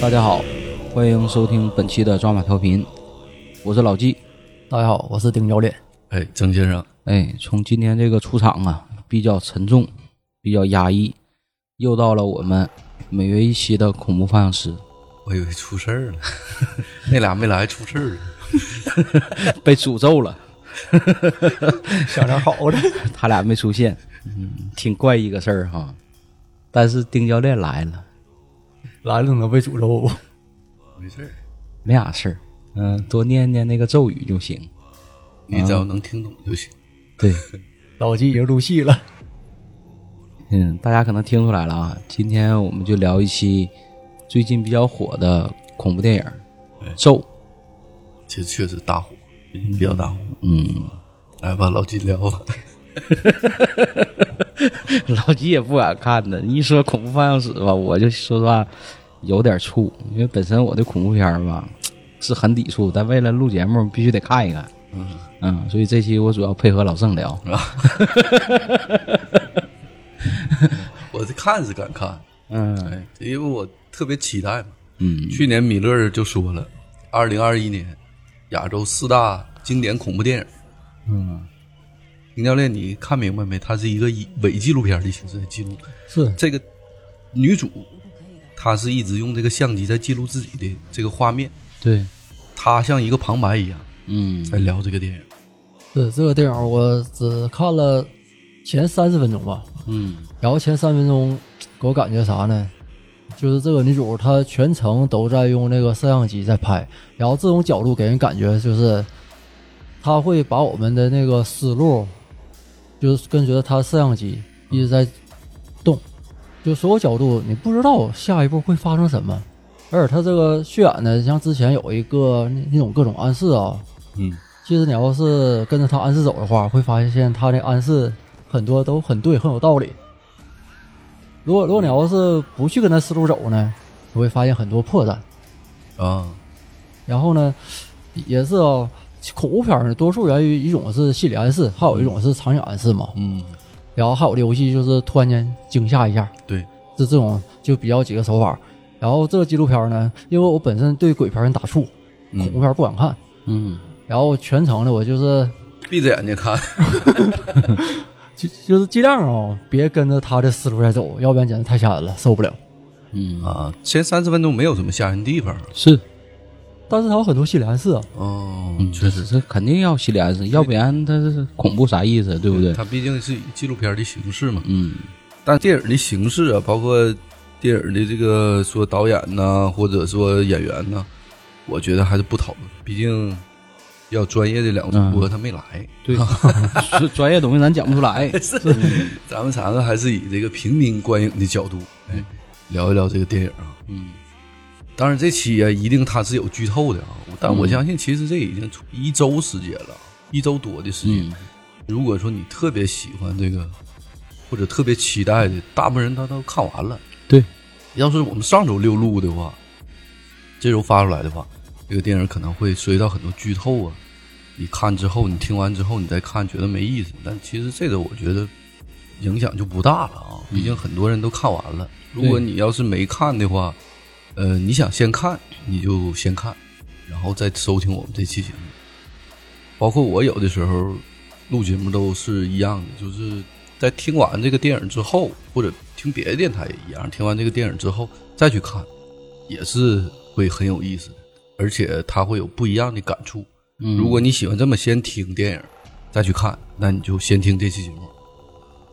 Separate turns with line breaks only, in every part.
大家好，欢迎收听本期的抓马调频，我是老纪。
大家好，我是丁教练。
哎，曾先生，
哎，从今天这个出场啊，比较沉重，比较压抑，又到了我们每月一期的恐怖发想师
我以为出事儿了， 那俩没来出事儿了。
被诅咒了，
想点好的，
他俩没出现，嗯，挺怪一个事儿哈。但是丁教练来了，
来了能被诅咒不？
没事儿，
没啥事儿，嗯、多念念那个咒语就行。
你只要能听懂就行。
对，
老纪已经入戏了，
嗯，大家可能听出来了啊，今天我们就聊一期最近比较火的恐怖电影
对
《咒》。
这确实大火，最近比较大火。
嗯，
来吧，老金聊 吧。
老纪也不敢看的。一说恐怖方向史吧，我就说实话有点怵，因为本身我对恐怖片儿吧是很抵触，但为了录节目必须得看一看。嗯所以这期我主要配合老郑聊。
啊 我这看是敢看，
嗯
哎，因为我特别期待嘛。
嗯
去年米勒儿就说了，二零二一年亚洲四大经典恐怖电影。
嗯，
林教练，你看明白没？它是一个以伪纪录片的形式来记录
是
这个女主，她是一直用这个相机在记录自己的这个画面，
对，
她像一个旁白一样
嗯
在聊这个电影。
是这个电影，我只看了前三十分钟吧，
嗯
然后前三分钟给我感觉啥呢？就是这个女主她全程都在用那个摄像机在拍，然后这种角度给人感觉就是，她会把我们的那个思路，就是跟随着她摄像机一直在动，就所有角度你不知道下一步会发生什么，而且她这个渲染的像之前有一个那那种各种暗示啊，
嗯，
其实你要是跟着他暗示走的话，会发现他的暗示很多都很对，很有道理。如果如果你要是不去跟他思路走呢，你会发现很多破绽。
啊，
然后呢，也是啊、恐怖片儿呢，多数源于一种是心理暗示，还有一种是场景暗示嘛。
嗯，
然后还有的游戏就是突然间惊吓一下，
对，
这这种就比较几个手法。然后这个纪录片儿呢，因为我本身对鬼片儿很打怵，
嗯
恐怖片儿不敢看，
嗯
然后全程呢我就是
闭着眼睛看，
就就是尽量啊、别跟着他的思路在走，要不然简直太吓人了，受不了。
嗯
啊， 前三十分钟没有什么吓人地方。
是，
但是他有很多心理暗示啊，
哦，
嗯确实这肯定要心理暗示，要不然他是恐怖啥意思，对不对？
它毕竟是以纪录片的形式嘛。
嗯
但电影的形式啊，包括电影的这个说导演呐、或者说演员呐、我觉得还是不讨论，毕竟要专业的两个主
嗯
播他没来，
对，是专业东西咱讲不出来。
咱们三个还是以这个平民观影的角度，哎，聊一聊这个电影啊。
嗯
当然，这期啊，一定它是有剧透的啊，但
嗯
我相信其实这已经出一周时间了，一周多的时间。
嗯
如果说你特别喜欢这个，或者特别期待的，大部分人他都看完了。
对，
要是我们上周六录的话，这周发出来的话，这个电影可能会涉及到很多剧透啊。你看之后，你听完之后，你再看觉得没意思，但其实这个我觉得影响就不大了啊，毕竟很多人都看完了。如果你要是没看的话，呃，你想先看你就先看，然后再收听我们这期节目。包括我有的时候录节目都是一样的，就是在听完这个电影之后，或者听别的电台也一样，听完这个电影之后再去看，也是会很有意思的，而且它会有不一样的感触。
嗯
如果你喜欢这么先听电影再去看，那你就先听这期节目。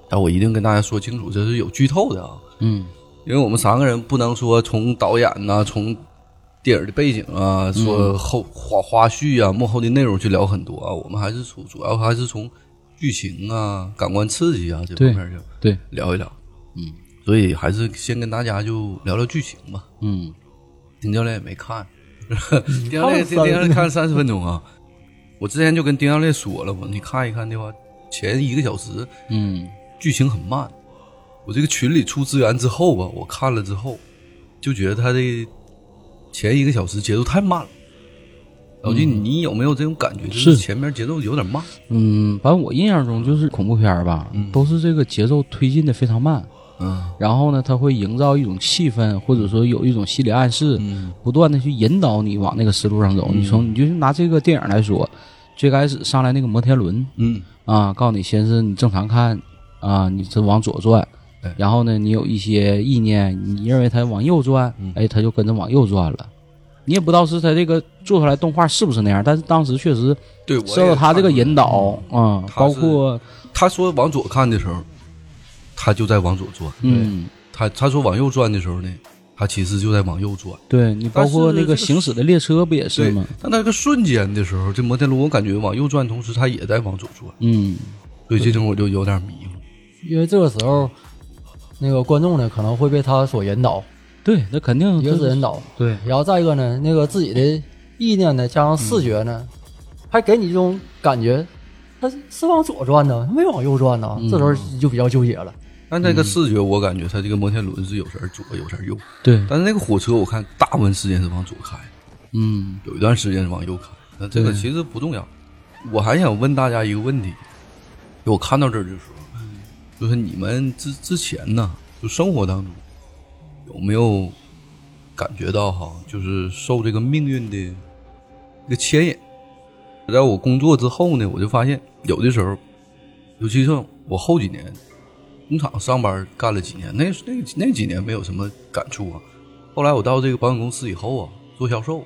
但我一定跟大家说清楚，这是有剧透的啊，
嗯
因为我们三个人不能说从导演呐、从电影的背景
嗯
啊，说后花花絮啊、幕后的内容去聊很多啊，我们还是主主要还是从剧情啊、感官刺激啊这
对
方面就
对
聊一聊。嗯，所以还是先跟大家就聊聊剧情吧。
嗯
丁教练也没看，丁教练丁
看了三
丁教练看三十分钟啊。我之前就跟丁教练说了，我你看一看的话，前一个小时
嗯
剧情很慢。我这个群里出资源之后吧，我看了之后就觉得他的前一个小时节奏太慢了。老金，
嗯
你有没有这种感觉？就是是前面节奏有点慢。
嗯嗯，反正我印象中就是恐怖片儿吧，都是这个节奏推进的非常慢。
嗯
然后呢，它会营造一种气氛，或者说有一种心理暗示，
嗯
不断的去引导你往那个思路上走。你从你就拿这个电影来说，最开始上来那个摩天轮
嗯
啊，告诉你先是你正常看啊，你这往左转
对，
然后呢，你有一些意念，你认为它往右转，
嗯
哎，它就跟着往右转了。你也不知道是它这个做出来动画是不是那样，但是当时确实
对，我
受到
也
它这个
看过
引导啊，
它
包
是
括
他说往左看的时候，他就在往左转；
嗯，
他他说往右转的时候呢，他其实就在往右转。
对你包
但
括
是
那
这
个
个
行驶的列车不也是
对
吗？，
但那个瞬间的时候，这摩天轮我感觉往右转，同时他也在往左转，
嗯，
所以这种我就有点迷糊。
因为这个时候，那个观众呢可能会被他所引导，
对，那肯定
一个是引导，
对，
然后再一个呢，那个自己的意念呢加上视觉呢，还给你一种感觉，他是往左转呢，它没往右转呢，这时候你就比较纠结了。
但那个视觉，我感觉他这个摩天轮是有时候左，有时候右。
对，
但是那个火车，我看大部分时间是往左开，
嗯
有一段时间是往右开。那这个
对
其实不重要。我还想问大家一个问题，就我看到这儿的时候，
嗯
就是你们之之前呢，就生活当中有没有感觉到哈，就是受这个命运的一个牵引？在我工作之后呢，我就发现有的时候，尤其是我后几年工厂上班干了几年，那那那几年没有什么感触啊。后来我到这个保险公司以后啊，做销售，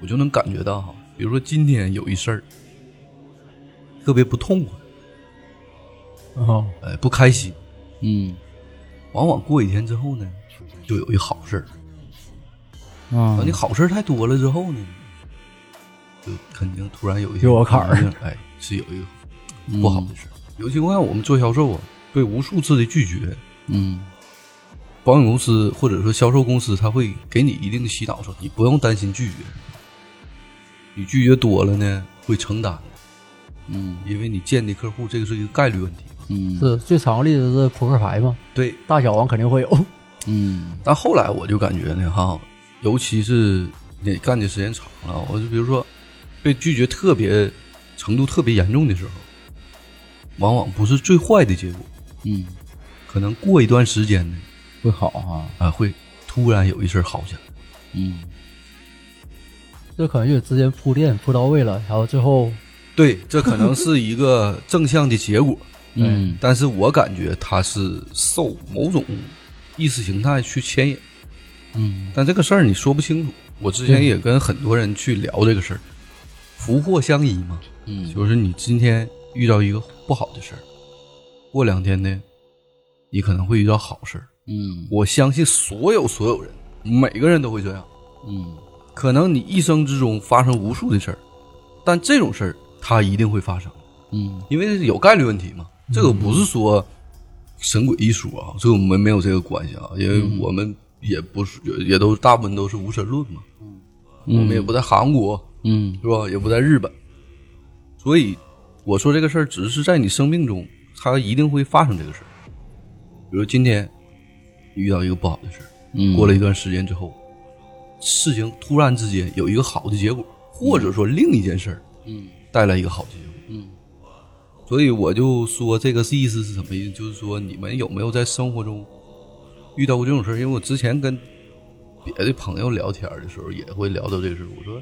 我就能感觉到哈，比如说今天有一事儿特别不痛快，
哦，
呃，不开心，
嗯
往往过几天之后呢，就有一好事儿。
啊
等你好事儿太多了之后呢，就肯定突然有一些
有个坎儿，
哎，是有一个不好的事儿。尤其我看我们做销售啊，对无数次的拒绝，
嗯
保险公司或者说销售公司，他会给你一定的洗脑，说你不用担心拒绝，你拒绝多了呢会承担的，
嗯
因为你见的客户这个是一个概率问题。
嗯
是最常的例子是扑克牌嘛，
对，
大小王肯定会有。
嗯
但后来我就感觉呢，哈，尤其是你干的时间长了，我就比如说被拒绝特别程度特别严重的时候，往往不是最坏的结果，
嗯，
可能过一段时间呢，
会好哈，
啊，会突然有一事儿好起来。
嗯
这可能就之前铺垫铺到位了，然后最后
对，这可能是一个正向的结果，
嗯
但是我感觉它是受某种意识形态去牵引，
嗯
但这个事儿你说不清楚。我之前也跟很多人去聊这个事儿，福祸相依嘛。
嗯
就是你今天遇到一个不好的事儿，过两天呢，你可能会遇到好事儿。
嗯
我相信所有所有人，每个人都会这样。
嗯
可能你一生之中发生无数的事儿，但这种事儿它一定会发生，
嗯
因为有概率问题嘛。这个不是说神鬼一说啊，这个我们没有这个关系啊，因为我们也不是也也都大部分都是无神论嘛，我们也不在韩国，
嗯
是吧？也不在日本，所以我说这个事儿只是在你生命中，它一定会发生这个事儿。比如今天你遇到一个不好的事儿，
嗯，
过了一段时间之后，事情突然之间有一个好的结果，或者说另一件事儿
嗯
带来一个好的结果。
嗯
所以我就说这个意思是什么意思？就是说你们有没有在生活中遇到过这种事儿？因为我之前跟别的朋友聊天的时候也会聊到这个事儿。我说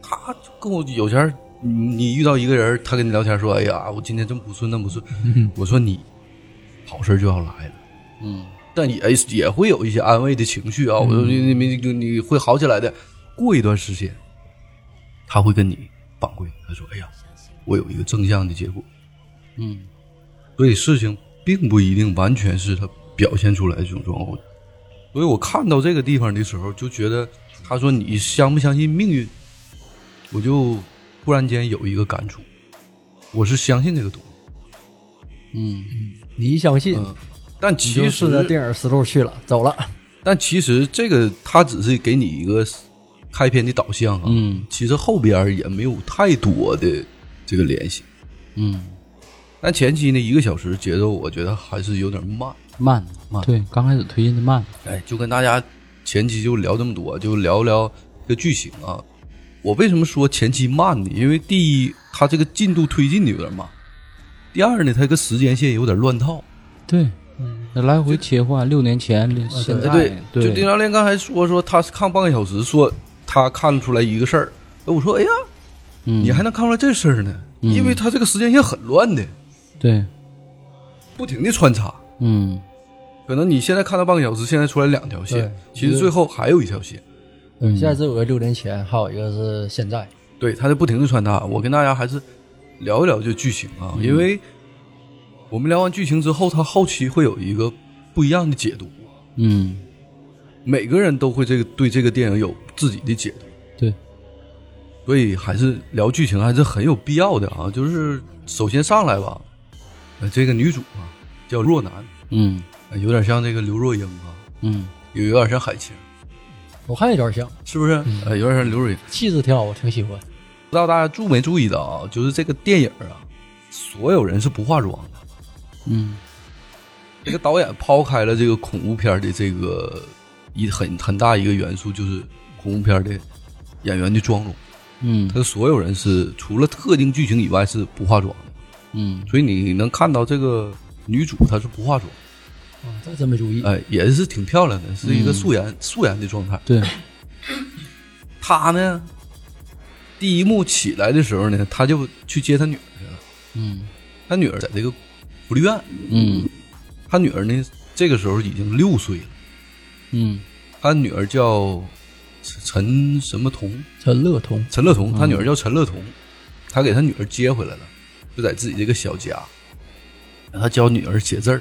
他就跟我有钱儿，你你遇到一个人儿，他跟你聊天说：“哎呀，我今天真不顺，那 不顺。”我说你好事儿就要来了。
嗯
但也哎也会有一些安慰的情绪啊。我
嗯
说你你你你会好起来的。过一段时间，他会跟你反馈，他说：“哎呀，我有一个正向的结果。”
嗯
所以事情并不一定完全是他表现出来的这种状况。所以我看到这个地方的时候，就觉得他说你相不相信命运，我就突然间有一个感触，我是相信这个东西。
嗯
你一相信，
嗯，但
你就
其
顺着
实，
电影思路去了，走了。
但其实这个他只是给你一个开篇的导向啊，
嗯
其实后边也没有太多的这个联系。
嗯，
但前期呢，一个小时节奏我觉得还是有点慢。
慢对，刚开始推进的慢，
哎，就跟大家前期就聊这么多，就聊聊这个剧情啊。我为什么说前期慢呢？因为第一，它这个进度推进的有点慢；第二呢，它这个时间线有点乱套。
对，嗯那嗯来回切换，六年前，现在
哎，对，就丁
对
教练刚才说说他看半个小时，说他看出来一个事儿，哎我说哎呀，
嗯
你还能看出来这事儿呢？
嗯
因为他这个时间线很乱的，
对，
不停的穿插，
嗯
可能你现在看到半个小时，现在出来两条线，
对
其实最后还有一条线，
嗯
现在这有个六年前，还有一个是现在。
对，他在不停的穿插。我跟大家还是聊一聊这剧情啊，因为我们聊完剧情之后，他后期会有一个不一样的解读，
嗯，
每个人都会这个对这个电影有自己的解读，
对，
所以还是聊剧情还是很有必要的啊。就是首先上来吧，呃，这个女主啊叫若男，
嗯
呃有点像这个刘若英啊，
嗯
有有点像海清，
我看有点像，
是不是？呃，有点像刘若英。
气质挺好，我挺喜欢。
不知道大家注没注意到啊，就是这个电影啊，所有人是不化妆的。
嗯
这个导演抛开了这个恐怖片的这个一很很大一个元素，就是恐怖片的演员的妆容。
嗯
他所有人是除了特定剧情以外是不化妆的，
嗯
所以你能看到这个女主她是不化妆，
啊，这真没注意。
哎、也是挺漂亮的，是一个素颜、素颜的状态。
对，
她呢，第一幕起来的时候呢，她就去接她女儿去了，
嗯
她女儿在这个福利院，
嗯
她女儿呢这个时候已经六岁了，
嗯
她女儿叫陈什么彤，
陈乐彤，
陈乐彤，他女儿叫陈乐彤，他给他女儿接回来了，就在自己这个小家，他教女儿写字儿，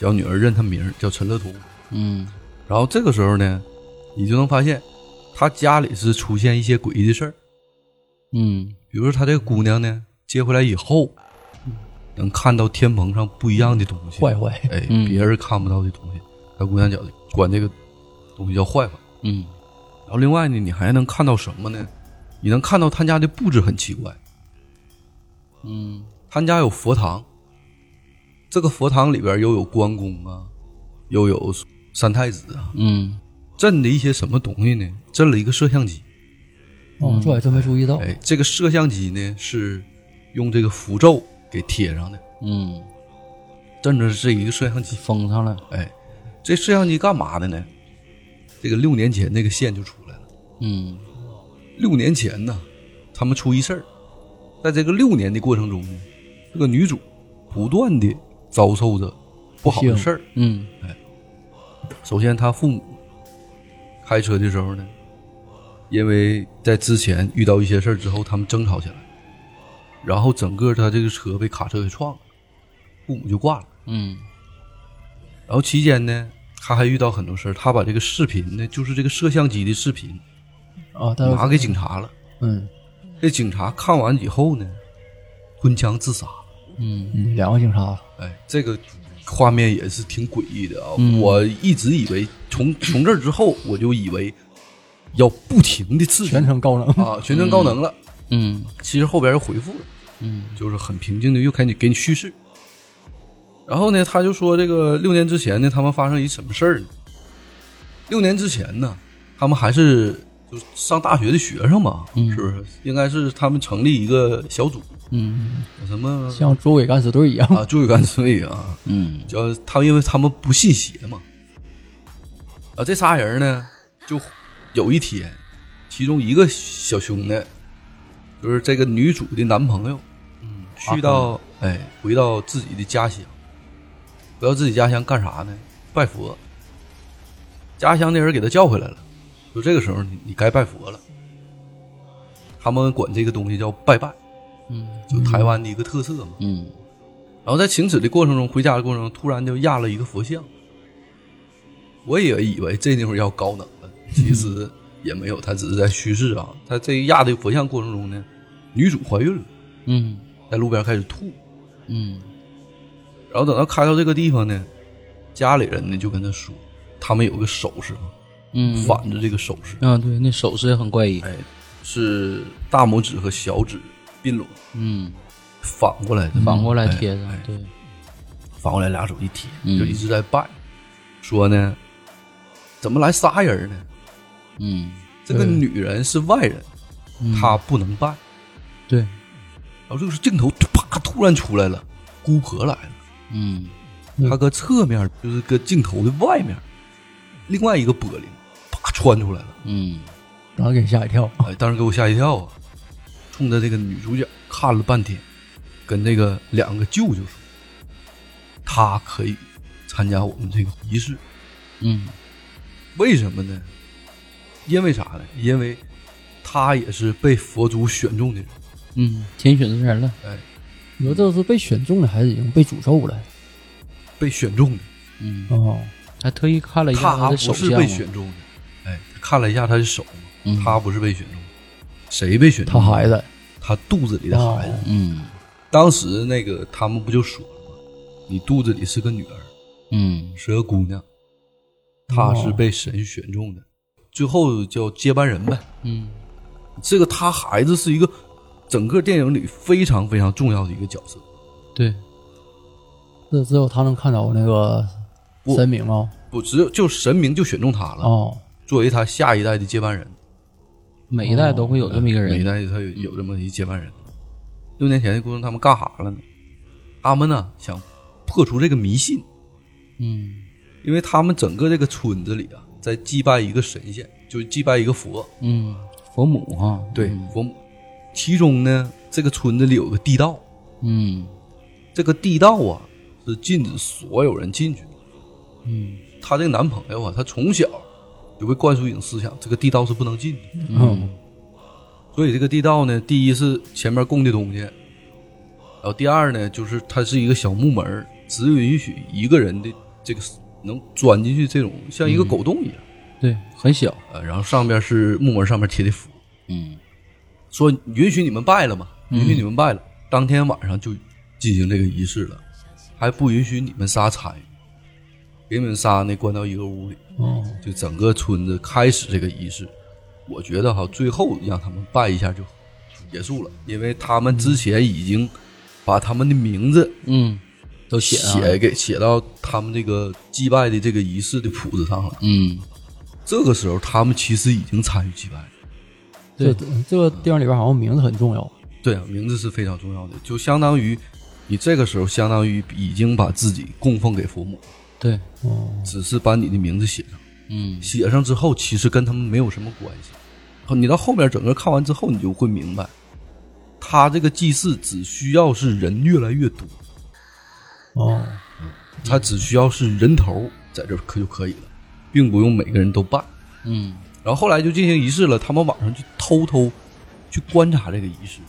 教女儿认他名儿叫陈乐彤。
嗯
然后这个时候呢，你就能发现他家里是出现一些诡异的事儿，
嗯
比如说他这个姑娘呢，接回来以后，能看到天棚上不一样的东西，
坏坏，
哎，
嗯
别人看不到的东西，他姑娘叫管这个东西叫坏坏。
嗯
然后另外呢，你还能看到什么呢？你能看到他家的布置很奇怪，
嗯
他们家有佛堂，这个佛堂里边又有关公啊，又有三太子啊，
嗯
镇的一些什么东西呢？镇了一个摄像机，
哦，这还真没注意到。
哎，这个摄像机呢是用这个符咒给贴上的，
嗯，
镇着是一个摄像机，
封上了，
哎，这摄像机干嘛的呢？这个六年前那个线就出来了，
嗯
六年前呢，他们出一事儿，在这个六年的过程中呢，这个女主不断的遭受着不好的事儿。
嗯
首先，他父母开车的时候呢，因为在之前遇到一些事儿之后，他们争吵起来，然后整个他这个车被卡车给撞了，父母就挂了。
嗯
然后期间呢，他还遇到很多事儿，他把这个视频呢，就是这个摄像机的视频
啊，但
拿
是
给警察了。
嗯
这警察看完以后呢，吞枪自杀。
嗯
嗯，两个警察，
哎，这个画面也是挺诡异的啊！
嗯
我一直以为从 从这儿之后，我就以为要不停的刺激
全程高能。
啊，全程高能了。
嗯
其实后边又回复了，
嗯
就是很平静的又开始给你叙事。然后呢，他就说这个六年之前呢，他们发生一什么事儿呢？六年之前呢，他们还是就是上大学的学生嘛，
嗯
是不是？应该是他们成立一个小组，
嗯
什么
像捉鬼敢死队一样，
啊，追干脆啊，
嗯
叫他们，因为他们不信邪嘛。啊，这仨人呢，就有一天，其中一个小兄弟，就是这个女主的男朋友，嗯，去到哎，回到自己的家乡，回到自己家乡干啥呢？拜佛。家乡的人给他叫回来了，就这个时候你你该拜佛了。他们管这个东西叫拜拜，
嗯
就台湾的一个特色嘛。
嗯
然后在行驶的过程中，回家的过程中，突然就压了一个佛像。我也以为这地方要高能了，其实也没有，他只是在叙事啊。他这压的佛像过程中呢，女主怀孕了，
嗯
在路边开始吐。
嗯
然后等到开到这个地方呢，家里人呢就跟他说，他们有个手势嘛，
嗯，
反着这个手势，
啊，对，那手势也很怪异，
哎，是大拇指和小指并拢，
嗯，
反过来的，
反过来
哎
贴上，
哎
对，
反过来俩手一贴，
嗯
就一直在拜，说呢，怎么来仨人呢？
嗯，
这个
对
女人是外人，
嗯
她不能拜。
对，
然后这个时候镜头突啪突然出来了，姑婆来了，
嗯
嗯
它搁侧面，就是搁镜头的外面，另外一个玻璃啪穿出来了，
嗯
然后给吓一跳。
哎，当时给我吓一跳啊！冲着这个女主角看了半天，跟这个两个舅舅说，他可以参加我们这个仪式，
嗯
为什么呢？因为啥呢？因为他也是被佛祖选中的人。哎
嗯，天选之人了，
你说这是被选中了，还是已经被诅咒了？
被选中的，
嗯，
哦，
还特意看了一下的
他不
手
是
相
被
嘛，
选中的。哎，看了一下他的手嘛，
嗯
他不是被选中的，谁被选
他
中的？
孩子，
他肚子里的孩子。
哦
嗯
当时那个他们不就说了吗？你肚子里是个女儿，
嗯
是个姑娘，她是被神选中的，最后叫接班人呗。
嗯
这个他孩子是一个整个电影里非常非常重要的一个角色。
对，
这只有他能看到那个
不
神明啊。
不，只有就神明就选中他了，
哦，
作为他下一代的接班人。
每一代都会有这么一个
每一
人，
代他有有这么一接班人。六年前的姑娘他们干啥了呢？他们呢想破除这个迷信，
嗯
因为他们整个这个村子里啊，在祭拜一个神仙，就是祭拜一个佛，
嗯，佛母哈，
对、佛母。其中呢，这个村子里有个地道，
嗯
这个地道啊是禁止所有人进去的。
嗯
她这个男朋友啊，他从小就被灌输一种思想，这个地道是不能进的。
嗯，
所以这个地道呢，第一是前面供的东西，然后第二呢，就是它是一个小木门儿，只允许一个人的这个能钻进去，这种像一个狗洞一样。
对，很小，
呃，然后上边是木门上面贴的符，
嗯
说允许你们拜了嘛，允许你们拜了。当天晚上就进行这个仪式了，还不允许你们仨参与，给你们仨呢关到一个屋里，
哦，
就整个村子开始这个仪式。我觉得哈，最后让他们拜一下就结束了，因为他们之前已经把他们的名字
嗯，都
写
写上了
给写到他们这个祭拜的这个仪式的谱子上了。
嗯
这个时候，他们其实已经参与祭拜了。
这这个电影里边好像名字很重要。
对啊，名字是非常重要的，就相当于你这个时候相当于已经把自己供奉给佛母，
对，
哦，
只是把你的名字写上。
嗯
写上之后，其实跟他们没有什么关系。后你到后面整个看完之后，你就会明白，他这个祭祀只需要是人越来越多，
哦，
他只需要是人头在这儿可就可以了，并不用每个人都办。
嗯
然后后来就进行仪式了，他们晚上就偷偷去观察这个仪式，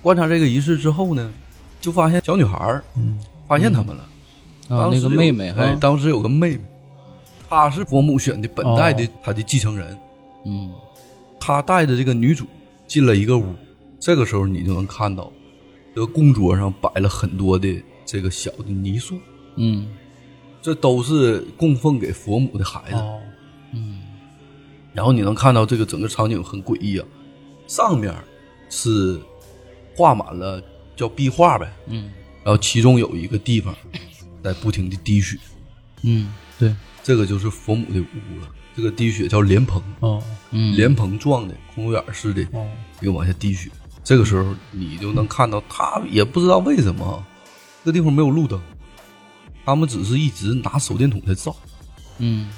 观察这个仪式之后呢，就发现小女孩儿
嗯，
发现他们了。
啊，
当
那
时
个
有
妹妹
哎
哈，，
当时有个妹妹，她是伯母选的本代的
哦
她的继承人，
嗯
他带着这个女主进了一个屋，这个时候你就能看到，这个供桌上摆了很多的这个小的泥塑，
嗯
这都是供奉给佛母的孩子。
哦，
嗯
然后你能看到这个整个场景很诡异啊，上面是画满了叫壁画呗，
嗯
然后其中有一个地方在不停的滴血，
嗯，对，
这个就是佛母的屋了。这个滴血叫莲蓬，
哦，
嗯
莲蓬状的空有眼儿似的
哦，
又往下滴血。这个时候，你就能看到他也不知道为什么啊，这地方没有路灯，他们只是一直拿手电筒在照，
嗯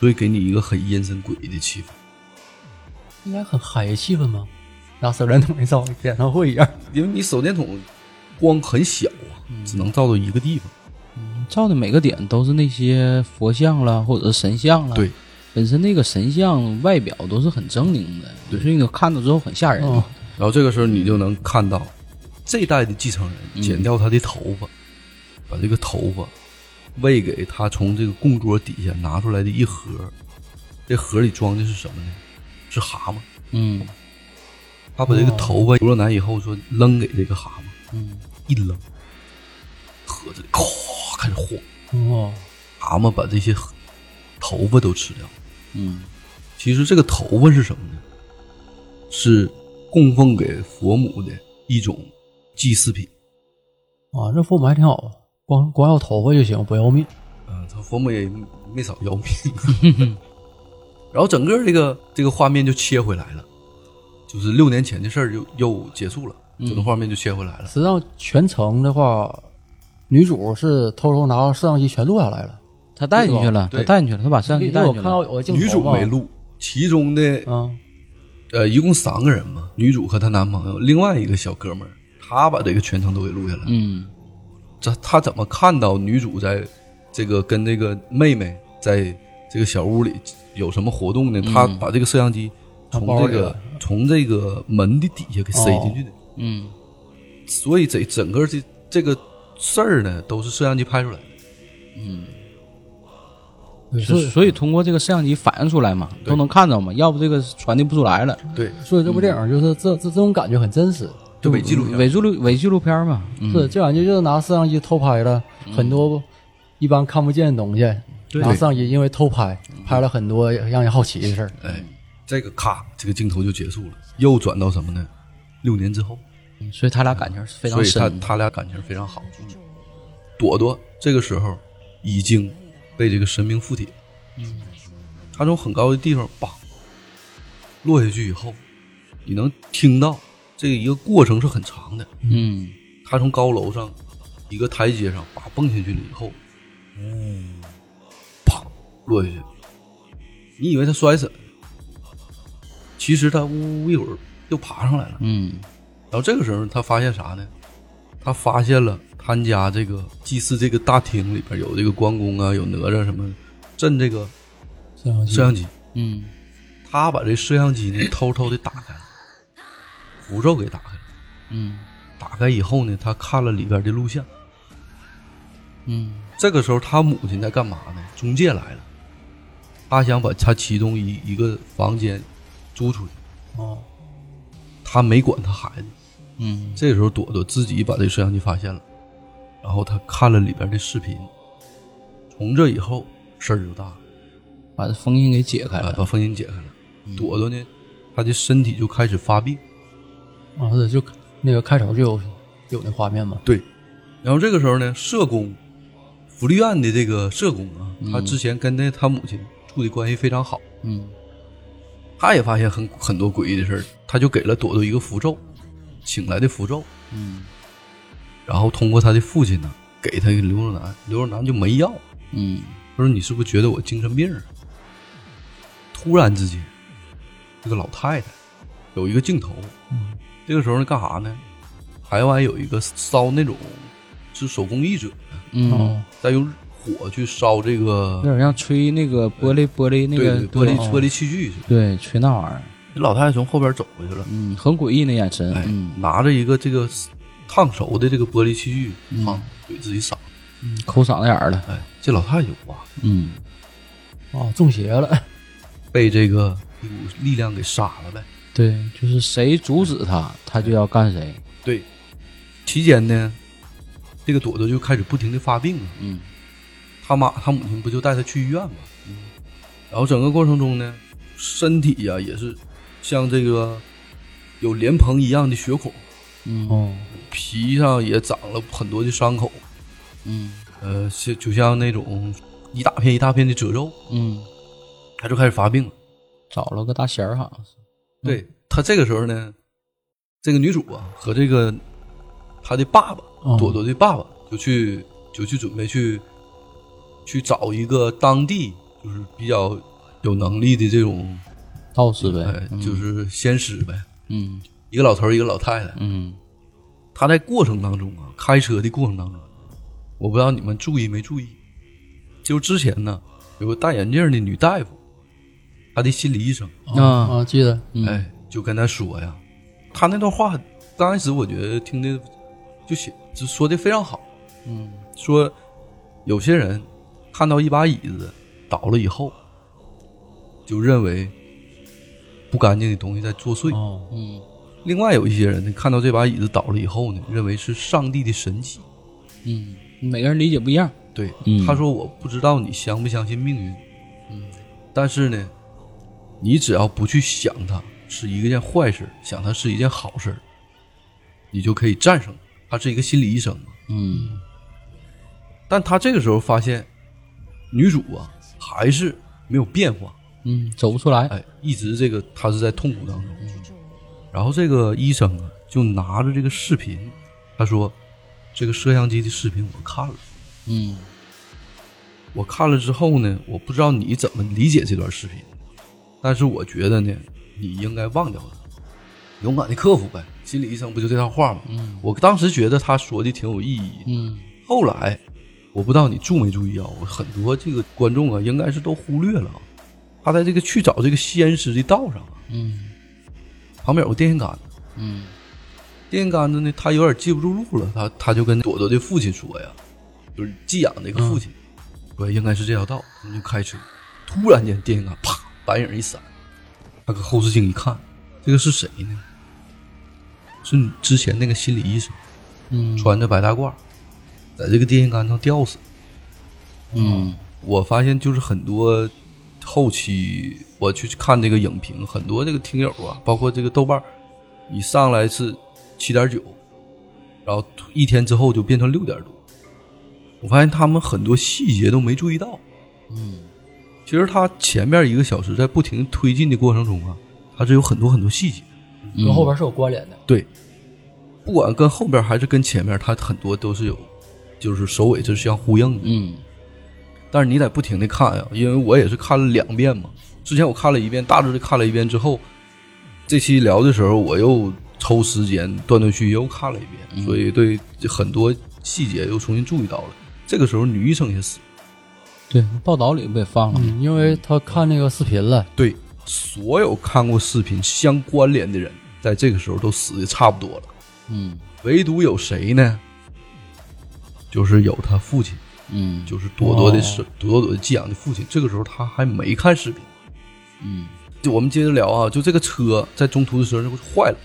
所以给你一个很阴森诡异的气氛。
应该很嗨的气氛吧？拿手电筒一照，跟演唱会一样。
因为你手电筒光很小啊，
嗯
只能照到一个地方。
照的每个点都是那些佛像啦，或者是神像啦。
对，
本身那个神像外表都是很狰狞的，
对
所以你看到之后很吓人。
哦，
然后这个时候你就能看到，这代的继承人剪掉他的头发，把这个头发喂给他从这个供桌底下拿出来的一盒，这盒里装的是什么呢？是蛤蟆。
嗯
他把这个头发揉了南以后说扔给这个蛤蟆，
嗯
一扔，盒子里咵开始晃，
哦，
蛤蟆把这些头发都吃掉。
嗯
其实这个头发是什么呢？是供奉给佛母的一种祭祀品。
啊，这父母还挺好啊，光光要头发就行，不要命。
嗯，他佛母也没少要命。 然后整个这个这个画面就切回来了，就是六年
嗯
前的事儿又又结束了，整个画面就切回来了。
实际上全程的话，女主是偷偷拿摄像机全录下来了。
他带进去了，
对
他带进去了，他把摄像机
因
带
为我
进去
看
了
到。有个镜头
女主
嘛
没录，其中的
啊，
呃一共三个人嘛，女主和她男朋友，另外一个小哥们儿，他把这个全程都给录下来了。
嗯，
这他怎么看到女主在这个跟这个妹妹在这个小屋里有什么活动呢？他把这个摄像机从
嗯包
这
里
个
了
从这个门的底下给塞进去的，
嗯，
所以这整个这这个事儿呢，都是摄像机拍出来的。
对
所以
是
所以通过这个摄像机反映出来嘛，都能看到嘛，要不这个传递不出来了，
对，
所以这部电影就是这这这种感觉很真实。
就伪纪录片。
嗯伪纪录伪纪录片嘛，嗯，
是，这感觉就是拿摄像机偷拍了很多一般看不见的东西，拿摄像机因为偷拍
嗯
拍了很多让人好奇的事儿。
哎，这个咔，这个镜头就结束了，又转到什么呢？六年之后，
嗯所以他俩感情是非常
所以他
深的，
他俩感情非常好。朵朵这个时候已经被这个神明附体，
嗯
他从很高的地方叭落下去以后，你能听到这一个过程是很长的。
嗯，
他从高楼上一个台阶上叭蹦下去了以后，
哦
啪落下去了。你以为他摔死了，其实他呜呜一会儿又爬上来了。
嗯，
然后这个时候他发现啥呢？他发现了他家这个祭祀这个大厅里边有这个关公啊，有哪吒什么的，镇这个
摄像机
摄像机。
嗯，
他把这摄像机呢偷偷的打开了，符咒给打开了。
嗯，
打开以后呢，他看了里边的录像。
嗯，
这个时候他母亲在干嘛呢？中介来了，他想把他其中一一个房间租出去，
哦，
他没管他孩子。
嗯，
这时候朵朵自己把这摄像机发现了，然后他看了里边的视频，从这以后事儿就大了，
把这封印给解开
啊
了，
把封印解开了。朵朵呢，她的身体就开始发病。
啊是就那个开头就有有那画面嘛，
对，然后这个时候呢，社工，福利院的这个社工啊，他之前跟那他母亲处的关系非常好，
嗯，
他也发现很很多诡异的事儿，他就给了朵朵一个符咒，请来的符咒，
嗯，
然后通过他的父亲呢，给他一个刘若男，刘若男就没要，
嗯，
他说你是不是觉得我精神病啊？突然之间，这个老太太有一个镜头，
嗯
这个时候呢干啥呢？台湾有一个烧那种是手工艺者，
嗯，
再用火去烧这
有
个
点像吹那个玻璃玻璃那
对
个
对玻璃
对哦嗯
玻璃器具似的。
对吹那玩意儿，
老太太从后边走过去了，
嗯，很诡异那眼神，
哎
嗯，，
拿着一个这个烫熟的这个玻璃器具，烫怼自己嗓子。
抠嗓子眼儿了，
哎，这老太太就哇，
嗯，
哦，中邪了，
被这个一股力量给杀了呗。
对，就是谁阻止他，他就要干谁，
对，期间呢，这个朵朵就开始不停的发病了。
嗯，
他妈他母亲不就带她去医院吗？嗯然后整个过程中呢，身体呀、也是像这个有莲蓬一样的血孔，
嗯
哦，
皮上也长了很多的伤口，
嗯
呃，就就像那种一大片一大片的褶皱，
嗯，
他就开始发病了。
找了个大仙儿，好像是，
对他这个时候呢，这个女主啊和这个她的爸爸
哦
朵朵的爸爸就去就去准备去去找一个当地就是比较有能力的这种
道士呗
哎，，就是仙师呗，
嗯
一个老头儿一个老太太。
嗯
他在过程当中啊，开车的过程当中，我不知道你们注意没注意，就之前呢，有个戴眼镜的女大夫，她的心理医生，
啊
啊，记得
嗯
哎，就跟她说呀，她那段话刚开始我觉得听的就写就说的非常好，
嗯
说有些人看到一把椅子倒了以后，就认为不干净的东西在作祟。
哦，
嗯
另外有一些人呢，看到这把椅子倒了以后呢，认为是上帝的神迹。
嗯，每个人理解不一样，
对，
嗯
他说我不知道你相不相信命运，嗯，但是呢，你只要不去想它是一件坏事，想它是一件好事，你就可以战胜它。他是一个心理医生嘛，
嗯
但他这个时候发现，女主啊还是没有变化，
嗯，走不出来，
哎，一直这个他是在痛苦当中。然后这个医生啊，就拿着这个视频，他说：“这个摄像机的视频我看了，
嗯，
我看了之后呢，我不知道你怎么理解这段视频，但是我觉得呢，你应该忘掉它，勇敢的克服呗。心理医生不就这套话吗？嗯、我当时觉得他说的挺有意义。
嗯，
后来我不知道你注没注意啊，我很多这个观众啊，应该是都忽略了啊，他在这个去找这个先师的道上啊，
嗯，
旁边有个电线杆子，
嗯，
电线杆子呢，他有点记不住路了，他他就跟朵朵的父亲说呀，就是寄养那个父亲，说应该是这条道，他们就开车，突然间电线杆啪，白影一闪，他搁后视镜一看，这个是谁呢？是你之前那个心理医生，
嗯，
穿着白大褂，在这个电线杆上吊死。
嗯，
我发现就是很多后期我去看这个影评，很多这个听友啊，包括这个豆瓣儿，你上来是七点九，然后一天之后就变成六点多。我发现他们很多细节都没注意到。嗯，其实他前面一个小时在不停推进的过程中啊，它是有很多很多细节。
跟后边是有关联的。
对，不管跟后边还是跟前面，它很多都是有，就是首尾是相呼应的。
嗯，
但是你得不停的看呀，因为我也是看了两遍嘛。之前我看了一遍，大致的看了一遍之后，这期聊的时候我又抽时间断断续续又看了一遍，所以对很多细节又重新注意到了。这个时候女医生也死了，
对，报道里不也放了吗？
嗯，因为他看那个视频了，
对，所有看过视频相关联的人，在这个时候都死的差不多了，
嗯
唯独有谁呢？就是有他父亲，
嗯
就是朵朵的是、朵朵的寄养的父亲。这个时候他还没看视频。
嗯
就我们接着聊啊，就这个车在中途的时候就坏了，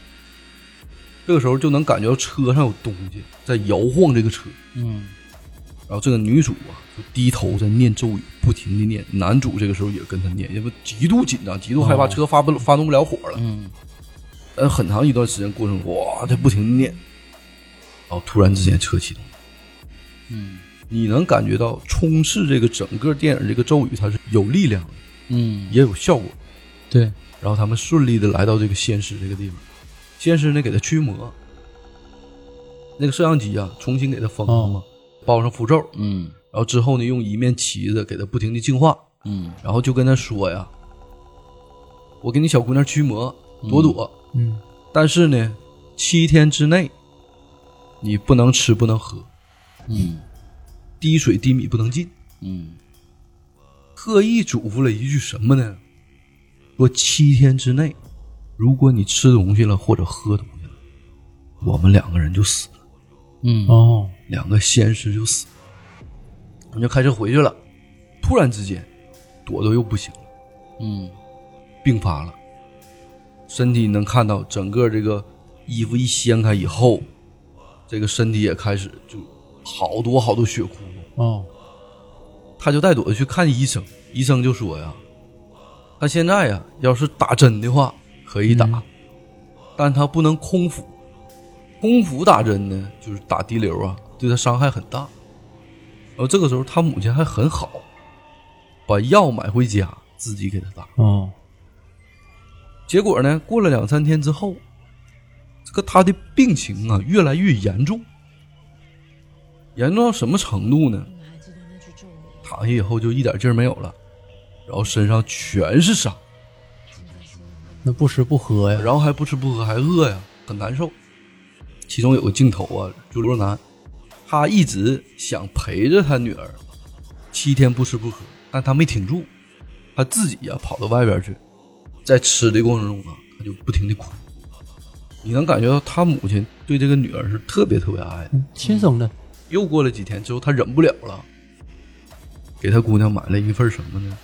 这个时候就能感觉到车上有东西在摇晃这个车，
嗯
然后这个女主啊就低头在念咒语，不停的念，男主这个时候也跟他念，因为极度紧张，极度害怕车发不了发动不了火了，
嗯
呃，很长一段时间过程中，哇，在不停的念，然后突然之间车启动，
嗯
你能感觉到充斥这个整个电影这个咒语它是有力量的，
嗯，
也有效果，
对，
然后他们顺利的来到这个仙师这个地方，仙师呢给他驱魔，那个摄像机啊重新给他封
哦
上嘛，包上符咒，然
嗯
后之后呢用一面旗子给他不停的净化，
嗯
然后就跟他说呀，我给你小姑娘驱魔，朵朵，
嗯，
但是呢七天之内你不能吃不能喝，
嗯
滴水滴米不能进，
嗯
特意嘱咐了一句什么呢？说七天之内，如果你吃东西了或者喝东西了，我们两个人就死了，
嗯
哦，
两个仙师就死了。我们就开车回去了。突然之间，朵朵又不行了，
嗯
病发了，身体能看到整个这个衣服一掀开以后，这个身体也开始就好多好多血窟窿。
哦，
他就带朵朵去看医生，医生就说呀，他现在呀，要是打针的话可以打，但他不能空腹，空腹打针呢，就是打滴流啊，对他伤害很大。然后这个时候他母亲还很好，把药买回家自己给他打。
哦，
结果呢，过了两三天之后，这个他的病情啊越来越严重，严重到什么程度呢？躺下以后就一点劲儿没有了，然后身上全是伤，
那不吃不喝呀，
然后还不吃不喝还饿呀，很难受。其中有个镜头啊，就刘若男，他一直想陪着他女儿，七天不吃不喝，但他没挺住，他自己呀、跑到外边去，在吃的过程中啊，他就不停的哭。你能感觉到他母亲对这个女儿是特别特别爱的。
亲生的，
又过了几天之后，他忍不了了，给他姑娘买了一份什么呢？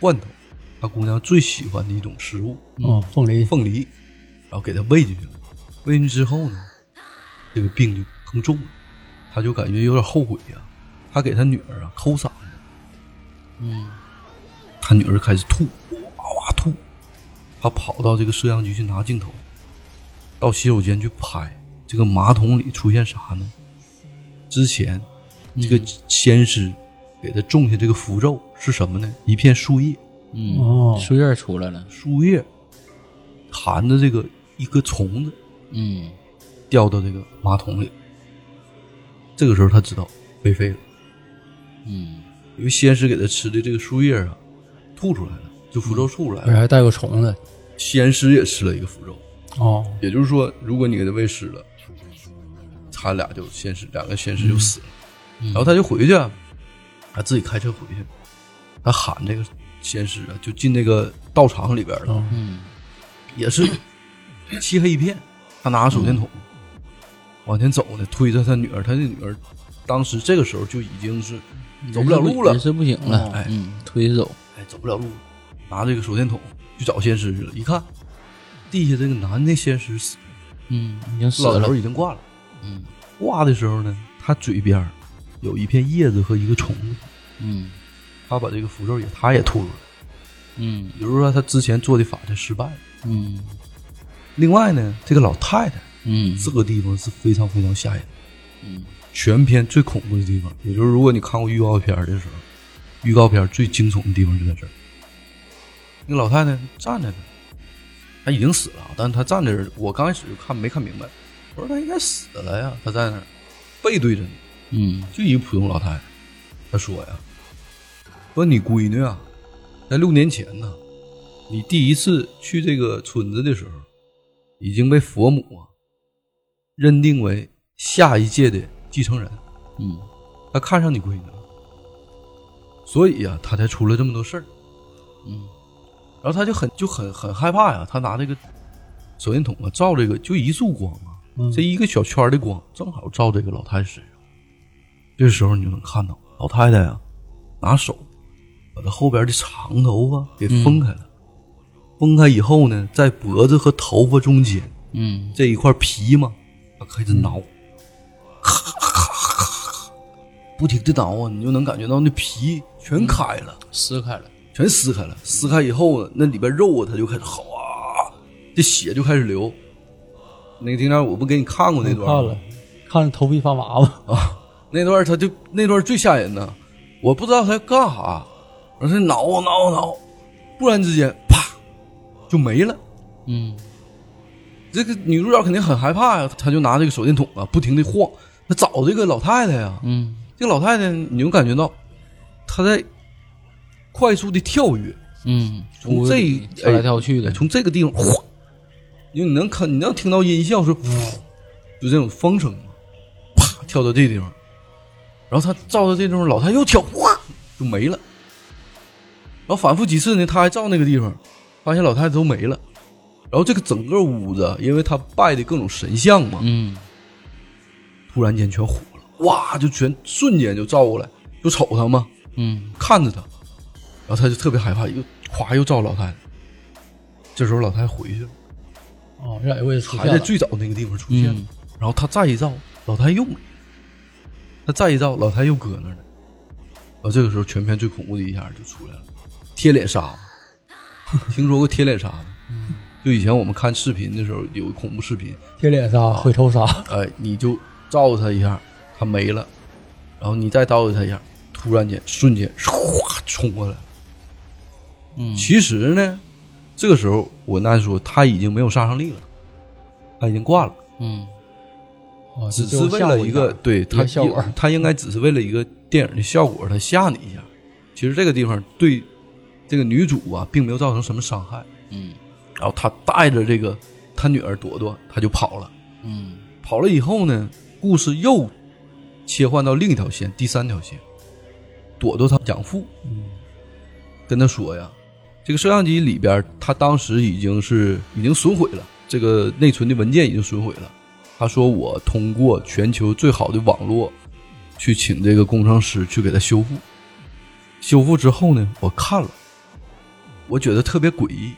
罐头，他姑娘最喜欢的一种食物
哦，凤梨，
凤梨，然后给他喂进去了。喂进去之后呢，这个病就更重了，他就感觉有点后悔呀、他给他女儿啊抠嗓子，嗯，他女儿开始吐，哇哇吐，他跑到这个摄像机去拿镜头，到洗手间去拍，这个马桶里出现啥呢？之前这个先师给他种下这个符咒是什么呢？一片树叶，
哦
嗯，树叶出来了，
树叶含着这个一个虫子
嗯
掉到这个马桶里，这个时候他知道被废了，
嗯，
因为先是给他吃的这个树叶啊，吐出来了，就符咒吐出来
而且
了。
还带个虫子。
仙师也吃了一个符咒，
哦，
也就是说，如果你给他喂食了，他俩就仙师两个仙师就死了，然后他就回去啊，他自己开车回去，他喊这个仙师啊，就进那个道场里边了，也是漆黑一片，他拿着手电筒往前走呢，推着他女儿，他的女儿当时这个时候就已经是走不了路了
人，嗯是不行了，
哎
嗯，推着走，
哎，走不了路，拿这个手电筒去找仙师去了，一看地下这个男的仙师死了
嗯，已经死
老
了
头，已经挂了。
嗯
挂的时候呢，他嘴边儿有一片叶子和一个虫子，
嗯
他把这个符咒也他也吐出来了。
嗯
也就是说，他之前做的法才失败了。
嗯
另外呢，这个老太太
嗯
这个地方是非常非常吓人的，
嗯
全片最恐怖的地方，也就是如果你看过预告片儿的时候，预告片儿最惊悚的地方就在这儿。那个老太太站在那儿，她已经死了啊，但是她站在这儿，我刚开始就看没看明白，我说她应该死了呀，她站在那儿，背对着你。
嗯
就一个普通老太太，她说呀：“说你闺女啊，在六年前呢，你第一次去这个村子的时候，已经被佛母啊认定为下一届的继承人，
嗯
她看上你闺女了，所以呀、她才出了这么多事儿。
嗯
然后她就很就很很害怕呀，她拿这个手电筒啊照这个就一束光啊，
嗯
这一个小圈儿的光正好照这个老太太身上。这时候你就能看到老太太啊，拿手把她后边的长头发给
嗯
分开了，分开以后呢，在脖子和头发中间
嗯
这一块皮嘛，她开始挠，
嗯
咔咔咔咔咔， 不停的挠啊，你就能感觉到那皮全
嗯
开了。
撕开了，
全撕开了。撕开以后呢，那里边肉啊，它就开始好啊，这血就开始流。那个丁长，我不给你看过那段吗
看了，看着头皮发麻吧。
那段他就那段最吓人呢，我不知道他干啥，我是挠啊挠啊挠，突然之间啪就没了。
嗯
这个女主角肯定很害怕呀、她就拿这个手电筒啊，不停的晃，她找这个老太太呀、
嗯
这个老太太你就感觉到她在快速的跳跃，
嗯，哎
从
屋
这
里跳来跳去的，
哎从这个地方哗，因为你能看，你能听到音效是，就这种风声嘛，啪跳到这地方，然后他照到这地方，老太又跳，哗就没了。然后反复几次呢，他还照那个地方，发现老太太都没了。然后这个整个屋子，因为他拜的各种神像嘛，
嗯
突然间全火了，哇，就全瞬间就照过来，就瞅他嘛，
嗯
看着他，然后他就特别害怕，又咵又照老太太。这时候老太太回去了。
哦，这俩位置出
还
现
在
了。
最早那个地方出现了。
嗯
然后他再一照，老太又没了。他再一照，老太又搁那儿了。然后这个时候，全片最恐怖的一下就出来了，贴脸杀嘛。听说过贴脸杀吗？就以前我们看视频的时候，有恐怖视频，
贴脸杀、回头杀，
哎，你就照他一下，他没了，然后你再照他一下，突然间瞬间唰冲过来。
嗯
其实呢，这个时候我那说他已经没有杀伤力了，他已经挂了。
嗯
哦
只是为了一个，对
一
他
个效果
应他应该只是为了一个电影的效果，他吓你一下。其实这个地方对这个女主啊，并没有造成什么伤害。
嗯
然后他带着这个他女儿朵朵，他就跑了。
嗯
跑了以后呢，故事又切换到另一条线，第三条线，朵朵她养父跟他说呀，这个摄像机里边，他当时已经是已经损毁了，这个内存的文件已经损毁了。他说我通过全球最好的网络去请这个工程师去给他修复，修复之后呢，我看了，我觉得特别诡异，